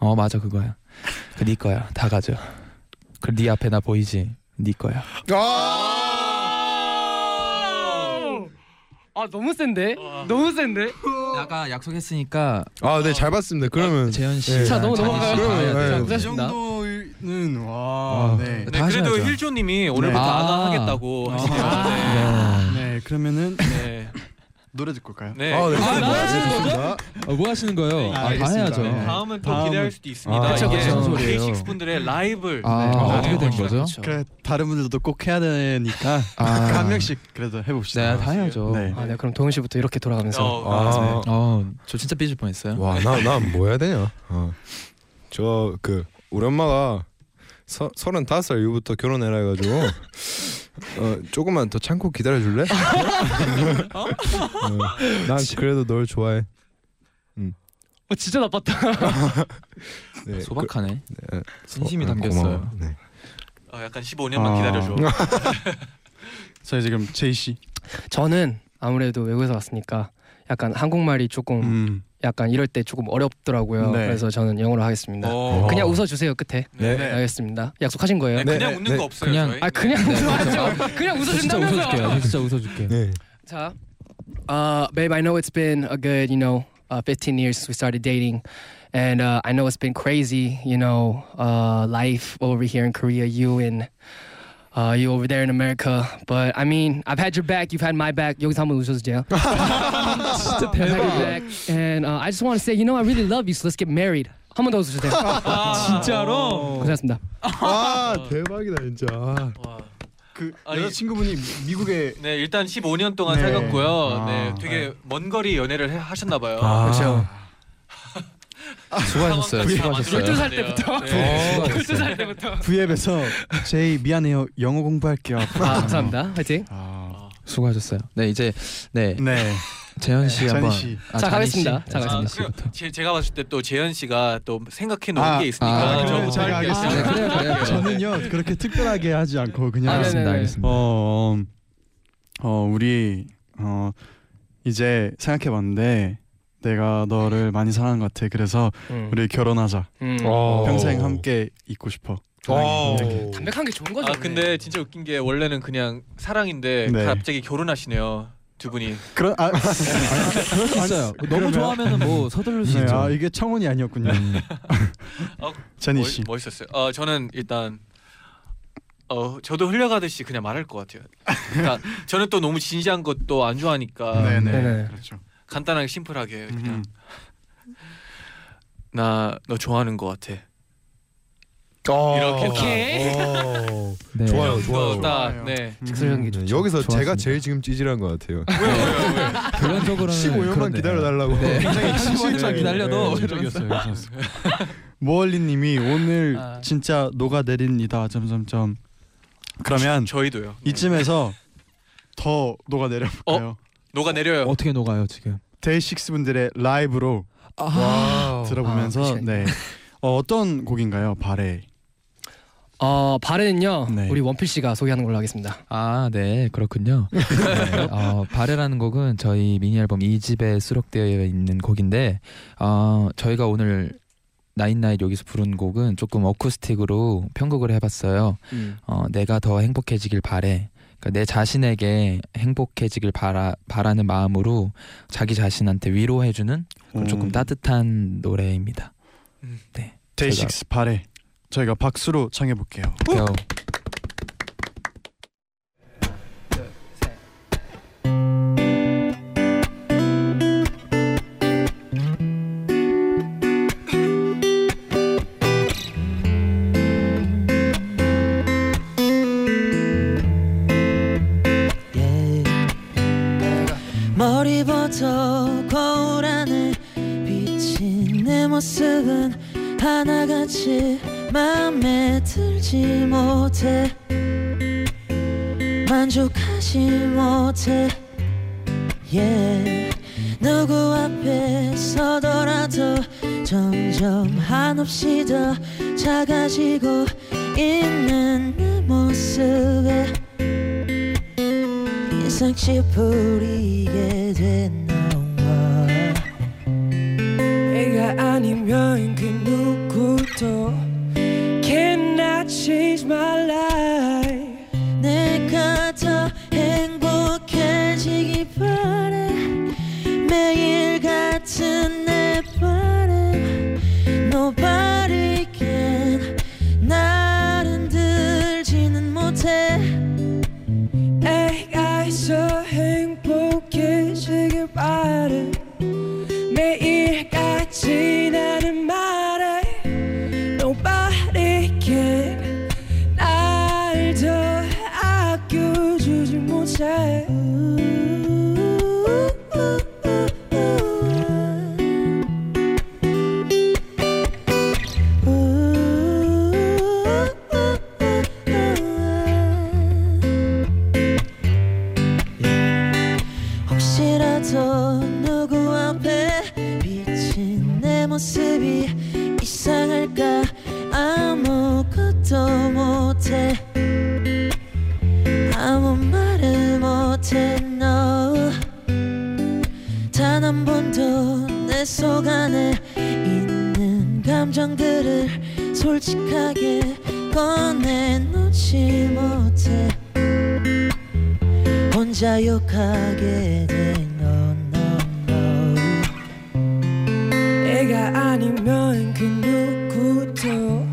S8: 어 맞아 그거야 그 네 거야 다 가져 그네 앞에 나 보이지 네 거야
S5: 아 너무 센데? 너무 센데?
S8: 아까 약속했으니까
S7: 아, 네, 잘 봤습니다. 그러면
S8: 재현
S7: 네.
S8: 씨
S5: 자, 너무
S8: 자기
S5: 넘어가요.
S8: 씨 가야
S7: 네,
S8: 돼요.
S7: 네.
S4: 이
S8: 고생하셨습니다.
S4: 정도는 와.
S7: 아.
S4: 네.
S2: 네,
S8: 다
S2: 그래도
S8: 하셔야죠.
S2: 힐조님이 오늘부터
S4: 네.
S2: 아가
S8: 아.
S2: 하겠다고
S4: 아.
S2: 하시네요.
S4: 네. 그러면은
S2: 네.
S4: 노래 듣고 올까요?
S2: 네.
S7: 아, 네.
S8: 아,
S7: 좋습니다.
S8: 어, 뭐 하시는 거예요? 아, 다
S4: 알겠습니다.
S8: 해야죠.
S4: 네.
S2: 다음은 또
S4: 다음은-
S2: 기대할 수도 있습니다.
S8: 아, 그쵸,
S2: 이게
S8: 그쵸. 무슨 소리예요?
S2: K6 분들의 라이브를
S8: 아,
S2: 네.
S8: 어떻게 된
S2: 네.
S8: 거죠?
S4: 그래 다른 분들도 꼭 해야 되니까
S8: 아.
S4: 한 명씩 그래도 해봅시다.
S8: 네, 다 해야죠.
S4: 네.
S5: 아, 네 그럼 동훈 씨부터 이렇게 돌아가면서
S2: 어,
S7: 아,
S8: 어, 저 진짜 삐질 뻔했어요.
S7: 와, 나나뭐 해야 되냐? 어. 저그 우리 엄마가 서, 35살 이후부터 결혼해라 해가지고 어, 조금만 더 참고 기다려줄래? 어, 난 그래도 널 좋아해. 음.
S5: 어, 진짜 나빴다.
S7: 네,
S8: 소박하네.
S7: 그- 네,
S8: 진심이
S7: 어,
S8: 담겼어요.
S7: 고마워. 네.
S2: 어, 약간 15년만
S4: 아.
S2: 기다려줘.
S8: 네.
S4: 저희 지금 제이 씨.
S5: 저는 아무래도 외국에서 왔으니까 약간 한국말이 조금
S4: 음.
S5: 약간 이럴 때 조금 어렵더라고요.
S4: 네.
S5: 그래서 저는 영어로 하겠습니다.
S2: 어.
S5: 그냥 웃어주세요 끝에.
S2: 네.
S4: 네.
S5: 알겠습니다. 약속하신
S2: 네,
S5: 거예요?
S2: 그냥
S7: 네,
S2: 웃는
S7: 네.
S2: 거 없어요.
S8: 그냥-
S2: 저희.
S5: 아 그냥 웃어주세요. 그냥
S8: 진짜
S5: 웃어주신다면서요.
S8: 웃어줄게요. 진짜 웃어줄게요.
S7: 네.
S5: 자, uh, babe, I know it's been a good, you know, uh, 15 years since we started dating, and uh, I know it's been crazy, you know, uh, life over here in Korea, you and uh, you over there in America. But I mean, I've had your back, you've had my back. 여기서 한번 웃으세요. I've had your back, and uh, I just want to say, you know, I really love you, so let's get married. 한번더 웃으세요.
S2: 아,
S8: 진짜로?
S5: 고생하셨습니다.
S7: 아 대박이다 진짜. 아.
S2: 와.
S4: 그
S2: 아니-
S4: 여자친구분이 미국에
S2: 네, 일단 15년 동안
S4: 네.
S2: 살았고요.
S4: 아.
S2: 네, 되게 먼 거리 연애를 해- 하셨나 봐요.
S7: 그렇죠.
S8: 아.
S2: 아,
S8: 수고하셨어요.
S2: 그
S8: 수고하셨어요.
S5: 12살 때부터.
S8: 네, 수고하셨어요.
S5: 살 때부터.
S4: V앱에서 제이 미안해요 영어 공부할게요.
S5: 아, 감사합니다. 화이팅.
S4: 아.
S8: 수고하셨어요. 네, 이제 네
S4: 네.
S8: 재현 씨
S4: 재현
S8: 한번.
S4: 씨.
S8: 아,
S5: 자,
S8: 잔희 씨.
S5: 가겠습니다. 자,
S8: 네, 잔희
S2: 아,
S5: 가겠습니다.
S8: 씨부터.
S2: 그리고 제, 제가 봤을 때 또 재현 씨가 또 생각해 놓은
S4: 아,
S2: 게뭐 있으니까
S8: 아, 그래요?
S2: 좀
S8: 제가
S2: 할게요.
S4: 알겠습니다.
S8: 네, 그래요, 그래요, 그래요.
S4: 저는요 그렇게 특별하게 하지 않고
S5: 아,
S4: 그냥
S5: 네네.
S8: 알겠습니다. 알겠습니다.
S4: 어, 음, 어 우리 어 이제 생각해봤는데 내가 너를 많이 사랑한 것 같아. 그래서 우리 결혼하자.
S5: 어.
S4: 평생 함께 있고 싶어.
S7: 오.
S5: 담백한 게 좋은 거죠.
S2: 아, 근데 진짜 웃긴 게 원래는 그냥 사랑인데
S4: 네.
S2: 갑자기 결혼하시네요. 두 분이.
S4: 그런 아,
S8: 그럴 수 있어요. 너무 좋아하면 뭐 서두를 수
S4: 네,
S8: 있죠.
S4: 아 이게 청혼이 아니었군요.
S2: 어,
S4: 제니 씨.
S2: 멋, 있었어요 저는 일단 어 저도 흘려가듯이 그냥 말할 것 같아요. 그러니까 저는 또 너무 진지한 것도 안 좋아하니까
S4: 네네.
S5: 네네.
S4: 그렇죠.
S2: 간단하게 심플하게 그냥
S4: 음.
S2: 나 너 좋아하는 것 같아.
S7: 이렇게
S5: 오케이. 어.
S8: 네.
S7: 좋아요,
S2: 그거
S7: 좋아요.
S2: 딱
S4: 좋아요.
S2: 네.
S5: 직설형이
S7: 네, 여기서
S8: 좋았습니다.
S7: 제가 제일 지금 찌질한 것 같아요.
S8: 결론적으로는
S4: 네,
S7: 15년만 기다려달라고.
S4: 아,
S8: 굉장히 15년만
S7: 네.
S8: 기다려도
S7: 네.
S8: 이러면서.
S4: 모얼리님이 오늘
S5: 아.
S4: 진짜 녹아 내립니다. 점점점. 그러면
S2: 저희도요.
S8: 네.
S2: 네.
S4: 이쯤에서 더 녹아 내려볼까요?
S2: 녹아 내려요.
S8: 어떻게 녹아요 지금?
S4: 데이식스 분들의 라이브로
S8: 와.
S5: 아,
S4: 들어보면서
S5: 그치.
S4: 네 어, 어떤 곡인가요? 발에
S5: 어 발에는요
S4: 네.
S5: 우리 원필 씨가 소개하는 걸로 하겠습니다.
S8: 아, 네, 그렇군요. 네, 어, 바레라는 곡은 저희 미니 앨범 2집에 수록되어 있는 곡인데, 어, 저희가 오늘 나인나잇 여기서 부른 곡은 조금 어쿠스틱으로 편곡을 해봤어요.
S5: 음.
S8: 어, 내가 더 행복해지길 바래. 그러니까 내 자신에게 행복해지길 바라, 바라는 마음으로 자기 자신한테 위로해주는
S4: 음,
S8: 그런 조금 따뜻한 노래입니다.
S4: 데이식스 발에 저희가 박수로 청해 볼게요.
S8: 겨우.
S11: 머리부터 거울 안에 비친 내 모습은 하나같이 마음에 들지 못해 만족하지 못해 y 누구 앞에 서더라도 점점 한없이 더 작아지고 있는 내 모습에 이상치 부리게 된 너와
S5: 내가 아니면 그 누구도 cannot change my life.
S11: 내가 더 행복해지기 바래 매일 같은 내 발음 Nobody can 날 흔들지는 못해
S5: 내가 더 행복해지길 바래 매일같이 나는 말해 Nobody can 날더 아껴주지 못해
S11: 혹시라도 누구 앞에 비친 내 모습이 이상할까 아무것도 못해 아무 말을 못해 너단 한 번도 내 속 안에 있는 감정들을 솔직하게 꺼내놓지 못해 혼자 욕하게 된넌넌너
S5: 내가 아니면 그 누구도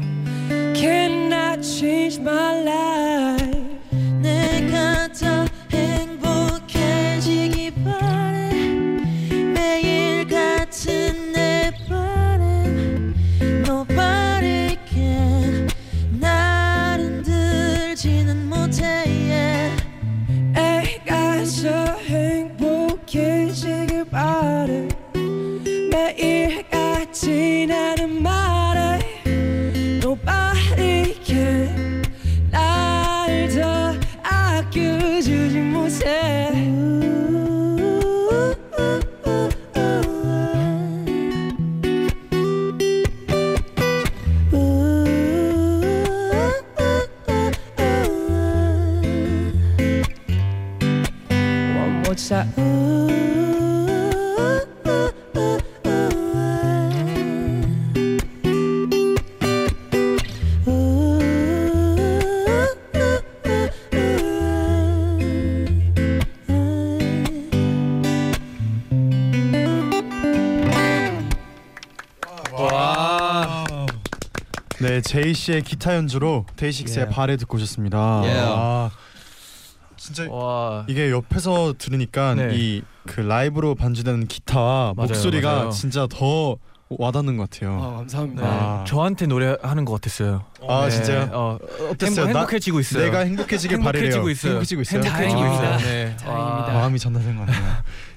S5: cannot change my life
S11: 내가 더 행복해지기 바래 매일 같은 내 바람 Nobody can 날 흔들지는 못해 yeah.
S5: 애가 더 행복해지길 바래 매일같이 나는 말해 Nobody can 날더 아껴주지 못해 One more time
S2: 와.
S4: 네, 제이 씨의 기타 연주로 데이식스의
S8: Yeah.
S4: 발에 듣고 오셨습니다.
S8: 예.
S2: Yeah.
S4: 와, 진짜
S8: 어,
S2: 와.
S4: 이게 옆에서 들으니까
S2: 네.
S4: 이 그 라이브로 반주되는 기타와
S2: 맞아요,
S4: 목소리가
S2: 맞아요.
S4: 진짜 더 와닿는 것 같아요.
S5: 감사합니다
S4: 아.
S2: 네. 저한테 노래하는 것 같았어요.
S4: 아,
S2: 네,
S4: 진짜요?
S2: 어,
S4: 어땠어요?
S2: 행복,
S4: 나-
S2: 행복해지고 있어요.
S4: 내가 행복해지길 바래요.
S2: 행복해지고 있어요.
S4: 행복해지고 있어요.
S5: 다행입니다.
S4: 아,
S2: 네.
S5: 다행입니다.
S4: 마음이 전달된 것 같네요.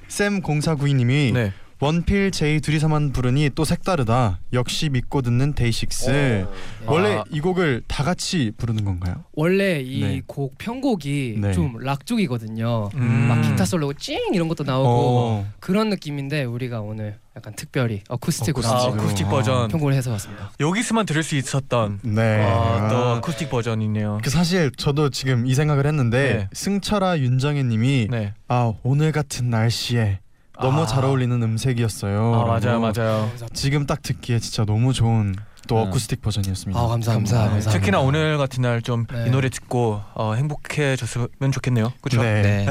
S4: 쌤 공사구이님이
S2: 네.
S4: 원필 제이 둘이서만 부르니 또 색다르다. 역시 믿고 듣는 데이식스. 원래
S2: 아.
S4: 이 곡을 다 같이 부르는 건가요?
S5: 원래
S4: 네.
S5: 이 곡 편곡이
S4: 네.
S5: 좀 락 쪽이거든요
S2: 음.
S5: 막 기타 솔로 찡 이런 것도 나오고
S4: 어.
S5: 그런 느낌인데 우리가 오늘 약간 특별히 어쿠스틱으로
S2: 아,
S4: 어쿠스틱으로.
S2: 어쿠스틱
S4: 아.
S2: 버전.
S5: 편곡을 해서 왔습니다.
S2: 여기서만 들을 수 있었던
S4: 네.
S2: 아, 또
S4: 아.
S2: 어쿠스틱 버전이네요.
S4: 그 사실 저도 지금 이 생각을 했는데
S2: 네.
S4: 승철아 윤정혜님이
S2: 네.
S4: 아 오늘 같은 날씨에 너무
S2: 아.
S4: 잘 어울리는 음색이었어요.
S2: 아, 맞아요,
S4: 라고.
S2: 맞아요.
S4: 지금 딱 듣기에 진짜 너무 좋은 또
S2: 네.
S4: 어쿠스틱 버전이었습니다.
S5: 아 감사합니다.
S4: 감사합니다.
S5: 감사합니다.
S2: 특히나 오늘 같은 날 좀 이
S5: 네.
S2: 노래 듣고 어, 행복해졌으면 좋겠네요. 그렇죠?
S4: 네.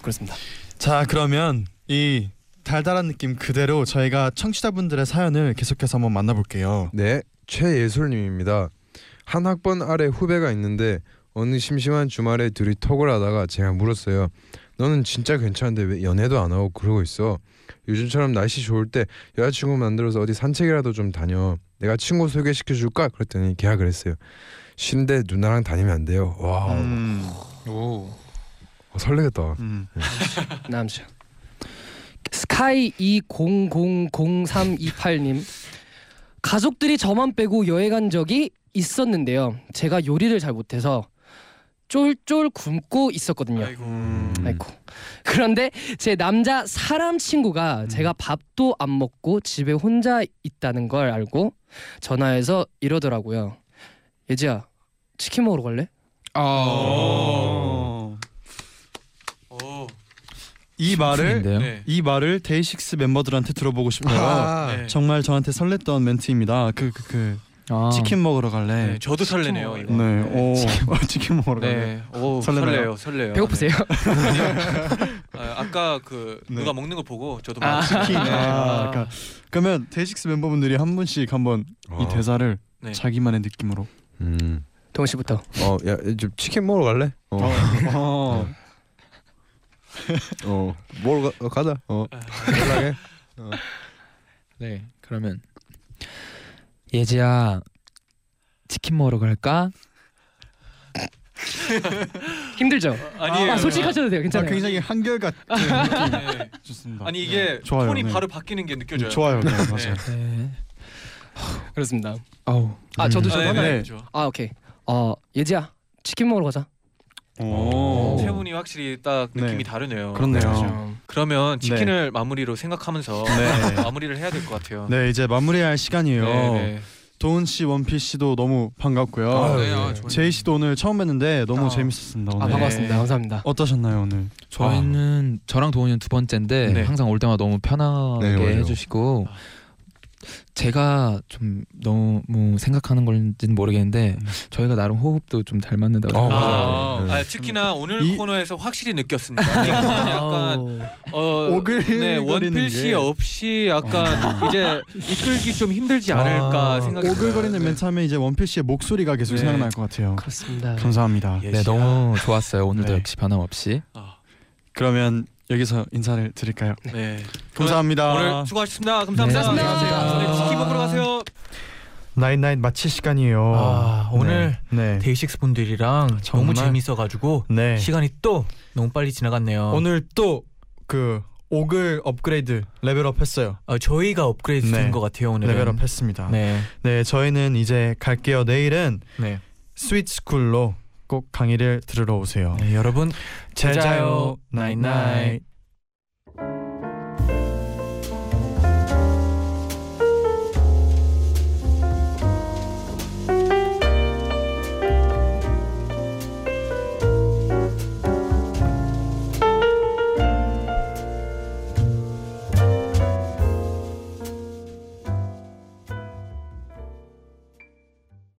S5: 그렇습니다.
S4: 자 그러면 이 달달한 느낌 그대로 저희가 청취자분들의 사연을 계속해서 한번 만나볼게요.
S7: 네, 최예솔님입니다. 한 학번 아래 후배가 있는데 어느 심심한 주말에 둘이 톡을 하다가 제가 물었어요. 너는 진짜 괜찮은데 왜 연애도 안 하고 그러고 있어? 요즘처럼 날씨 좋을 때 여자친구 만들어서 어디 산책이라도 좀 다녀. 내가 친구 소개시켜 줄까? 그랬더니 걔가 그랬어요. 쉬는데 누나랑 다니면 안 돼요. 와,
S4: 음.
S7: 어, 설레겠다.
S4: 음.
S5: 남자 스카이 20000328님 가족들이 저만 빼고 여행 간 적이 있었는데요. 제가 요리를 잘 못해서 쫄쫄 굶고 있었거든요. 음.
S2: 아이고.
S5: 아이고. 그런데 제 남자 사람 친구가 제가 밥도 안 먹고 집에 혼자 있다는 걸 알고 전화해서 이러더라고요. 예지야, 치킨 먹으러 갈래?
S4: 아.
S2: 오.
S4: 이 말을
S8: 인데요.
S2: 네.
S4: 이 말을 데이식스 멤버들한테 들어보고 싶네요.
S5: 아.
S2: 네.
S4: 아, 정말 저한테 설렜던 멘트입니다. 그 그 그
S8: 아.
S4: 치킨 먹으러 갈래.
S2: 네, 저도 설레네요. 이거.
S4: 네, 오
S8: 치킨
S4: 치킨 먹으러 갈래.
S2: 네. 오, 설레요.
S4: 설레나요?
S2: 설레요.
S5: 배고프세요?
S2: 아, 아까 그
S4: 네.
S2: 누가 먹는 거 보고 저도
S5: 아.
S2: 먹었어요.
S4: 치킨. 아, 그러니까 그러면 데이식스 멤버분들이 한 분씩 한번 이 대사를
S2: 네.
S4: 자기만의 느낌으로.
S7: 어. 음.
S5: 동원 씨부터.
S7: 어, 야, 좀 치킨 먹으러 갈래? 어. 어.
S4: 어.
S7: 먹으러 가, 어, 가자. 어.
S4: 아.
S7: 연락해.
S8: 네. 그러면 예지야 치킨 먹으러 갈까?
S5: 힘들죠?
S2: 아니에요.
S5: 아, 솔직하셔도 돼요.
S2: 그
S4: 아,
S5: 괜찮아요.
S4: 굉장히 한결 같은 느낌.
S2: 네.
S4: 좋습니다.
S2: 아니 이게
S4: 네. 좋아요,
S2: 톤이
S4: 네.
S2: 바로 바뀌는 게 느껴져요.
S4: 좋아요. 네, 맞아요.
S8: 네.
S5: 그렇습니다.
S8: 아우.
S7: Ah,
S5: 아, 저도
S2: 아, 네,
S5: 저도.
S4: 네.
S2: 네. 그렇죠.
S5: 아, 오케이. 어, 예지야, 치킨 먹으러 가자.
S2: 네. 어.
S4: 오.
S2: 세훈이 확실히 딱
S4: 어. 네.
S2: 느낌이 다르네요.
S4: 그렇네요.
S5: 그렇죠.
S2: 그러면 치킨을 마무리로 생각하면서 마무리를 해야 될 것 같아요.
S4: 네, 이제 마무리할 시간이에요.
S2: 네,
S4: 도훈 씨, 원필 씨도 너무 반갑고요.
S7: 아,
S2: 네.
S7: 네, 아,
S2: 저희-
S4: 어. 제이 씨도 오늘 처음 뵀는데 너무
S5: 아.
S4: 재밌었습니다.
S5: 아,
S4: 오늘.
S2: 반가워요.
S5: 반갑습니다. 감사합니다.
S4: 어떠셨나요 오늘?
S8: 저희는 저랑 도훈이는 두 번째인데
S2: 네.
S8: 항상 올 때마다 너무 편하게
S7: 네, 맞아요.
S8: 해주시고
S2: 아.
S8: 제가 좀 너무 생각하는 건지는 모르겠는데 저희가 나름 호흡도 좀 잘 맞는다고
S7: 어,
S8: 생각해요.
S2: 아,
S7: 네.
S2: 아, 특히나 오늘
S4: 이- 네.
S2: 코너에서 확실히 느꼈습니다. 약간
S5: 아우.
S2: 어,
S4: 오글거리는
S2: 네,
S4: 게. 어.
S2: 원필 씨 없이 약간 이제 이끌기 좀 힘들지
S8: 아,
S2: 않을까 생각이
S4: 오글거리는
S2: 들어요.
S4: 멘트 하면 이제 원필 씨의 목소리가 계속
S2: 네.
S4: 생각날 것 같아요.
S5: 그렇습니다.
S4: 감사합니다.
S2: 네.
S8: 네,
S2: 예시야.
S8: 너무 좋았어요. 오늘도
S4: 네.
S8: 역시 변함없이.
S2: 아,
S4: 그러면 여기서 인사를 드릴까요?
S2: 네.
S4: 감사합니다.
S2: 오늘 수고하셨습니다. 감사합니다.
S5: 네, 감사합니다.
S2: 안녕히 가세요. 네, 치킨 먹으러 가세요.
S4: 나잇나잇 마칠 시간이에요.
S2: 아, 오늘
S4: 네. 네.
S2: 데이식스 분들이랑
S4: 정말-
S2: 재밌어가지고
S4: 네.
S2: 시간이 또 너무 빨리 지나갔네요.
S4: 오늘 또 그 오글 업그레이드 레벨업 했어요.
S2: 어, 저희가 업그레이드
S4: 네.
S2: 된것 같아요 오늘은.
S4: 레벨업 했습니다. 네.
S2: 네.
S4: 저희는 이제 갈게요. 내일은
S2: 네.
S4: 스윗 스쿨로 꼭 강의를 들으러 오세요.
S2: 네, 여러분
S4: 잘 자요.
S2: 나잇나잇.
S4: 나잇나잇.